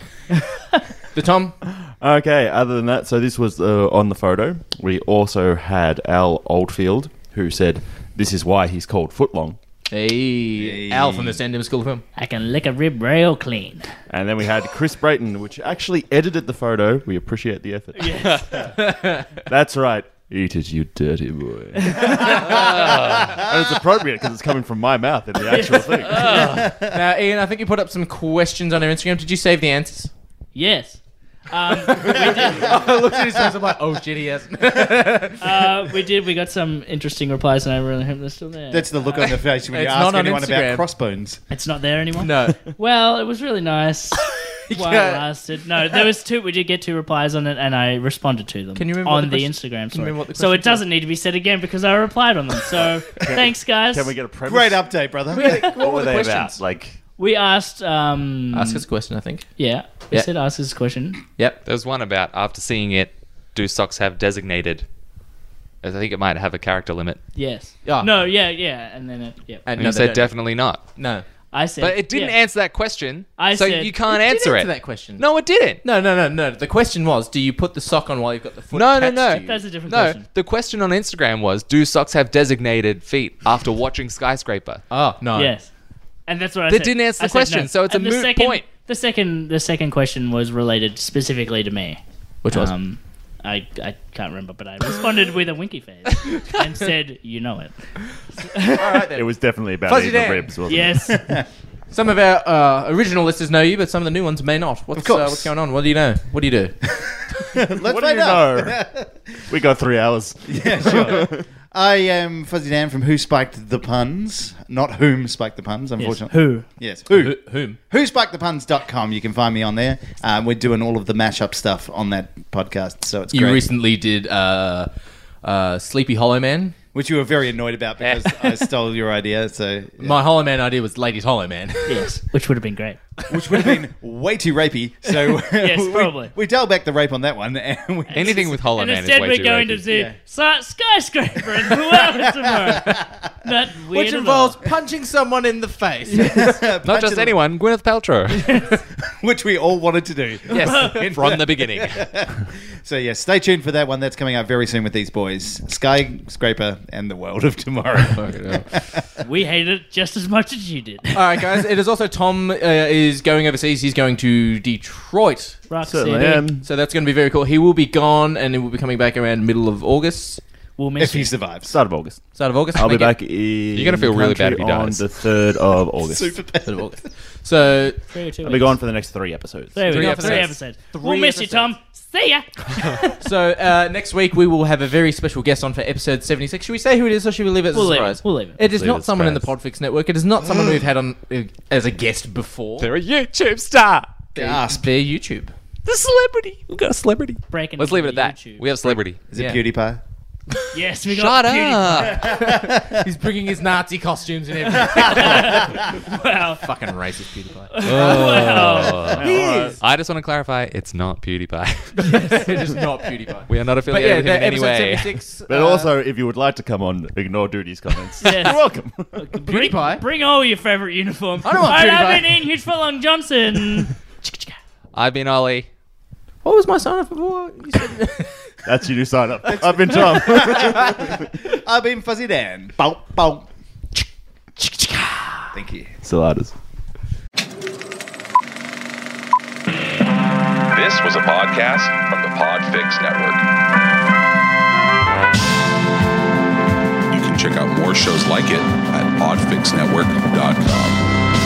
The Tom. Okay, other than that, so this was uh, on the photo. We also had Al Oldfield, who said, This is why he's called Footlong. Hey, Al from the Sandham School of Film. I can lick a rib real clean. And then we had Chris Brayton, which actually edited the photo. We appreciate the effort. That's right. Eat it, you dirty boy. and it's appropriate because it's coming from my mouth in the actual thing. now, Uh, Ian, I think you put up some questions on our Instagram. Did you save the answers? Yes. Um, we did. I looked at his face. I'm like, oh shit, he hasn't. Uh, we did. We got some interesting replies, and I really hope they're still there. That's the look on the face when you It's ask not on anyone Instagram. about crossbones. it's not there anymore. no. Well, it was really nice. While it Yeah. lasted. No, there was two. We did get two replies on it, and I responded to them. Can you remember on what the the, question- Instagram you story? remember what the so question it doesn't need to be said again because I replied on them. So thanks, guys. Can we get a premise? Great update, brother. What were the they questions? about? Like, We asked. Um, Ask us a question, I think. Yeah, we Yeah. said ask us a question. Yep. There was one about after seeing it, do socks have designated I think it might have a character limit. Yes. Yeah. No. Yeah. Yeah. And then it. Yep. And And Ah, you no, they said don't. definitely not. No. I said. But it didn't yeah. answer that question. I so said- you can't It did answer it. that question. No, it didn't. No, no, no, no. The question was, do you put the sock on while you've got the foot? No, no, attached no. to you? That's a different No, question. the question on Instagram was, do socks have designated feet after watching Skyscraper? Oh no. Yes. And that's what I That said. didn't answer the I said no. question, so it's a And the moot second, point. The second, the second question was related specifically to me, Which was? Um, I, I can't remember, but I responded with a winky face and said, "You know it." It was definitely about Fuzzy eating the Dan. ribs, wasn't it? Yes. Some of our uh, original listeners know you, but some of the new ones may not. What's, Of course. Uh, what's going on? What do you know? What do you do? Let's What do you find out. know? we got three hours. Yeah, sure. I am Fuzzy Dan from Who Spiked the Puns. Not Whom Spiked the Puns, yes. unfortunately. Who? Yes, who? Wh- whom? Who spiked the puns.com. You can find me on there. Um, we're doing all of the mashup stuff on that podcast, so it's You great. recently did uh, uh, Sleepy Hollow Man. Which you were very annoyed about because I stole your idea, so yeah. My Hollow Man idea was Ladies Hollow Man. Yes. Which would have been great. which would have been way too rapey. So Yes, we, probably. we dialed back the rape on that one. And we Anything with Hollow and Man is instead, way we're too going rapey. to see Sci- skyscraper in two hours tomorrow. Not weird Which at all. involves punching someone in the face. Not just anyone, Gwyneth Paltrow. which we all wanted to do. yes, from the beginning. So yeah, stay tuned for that one. That's coming out very soon with these boys, Skyscraper and the World of Tomorrow. We hate it just as much as you did. All right, guys. It is also Tom uh, is going overseas. He's going to Detroit. Rock Certainly Um, CD. am. So that's going to be very cool. He will be gone, and he will be coming back around middle of August, We'll miss if you. he survives, Start of August. start of August. I'll be Thank you. back in. You're gonna feel really bad if he country on dies. the third of August. super Start of bad. August. So Three or two I'll be weeks. gone for the next three episodes. There we Three go. episodes. Three episodes. we we'll Three miss you, episodes. Tom. See ya. So uh, next week we will have a very special guest on for episode seventy six. Should we say who it is, or should we leave it as We'll a leave it. surprise? We'll leave it. Mm. It is Leave it not as someone in the surprise. Podfix network. It is not someone we've had on uh, as a guest before. They're a YouTube star. Gasp. They're YouTube. The celebrity. We've got a celebrity. Breaking Let's leave it at into that. YouTube. We have celebrity. Is it Yeah. PewDiePie? yes, we got Shut up. He's bringing his Nazi costumes and everything. Wow. Fucking racist PewDiePie. Oh. Wow. I just want to clarify, it's not PewDiePie. it is not PewDiePie. we are not But yeah, affiliated that with him in episode any way. 76. But uh, also, if you would like to come on, ignore Duty's comments. Yes. You're welcome. Bring, PewDiePie? bring all your favorite uniforms. I don't want Alright, I've PewDiePie. been in huge for long Johnson. I've been Ollie. What was my sign up before? You said. That's your new sign up. I've been Tom. I've been Fuzzy Dan. Bow, bow. Thank you. Saladas. This was a podcast from the Podfix Network. You can check out more shows like it at oddfixnetwork.com.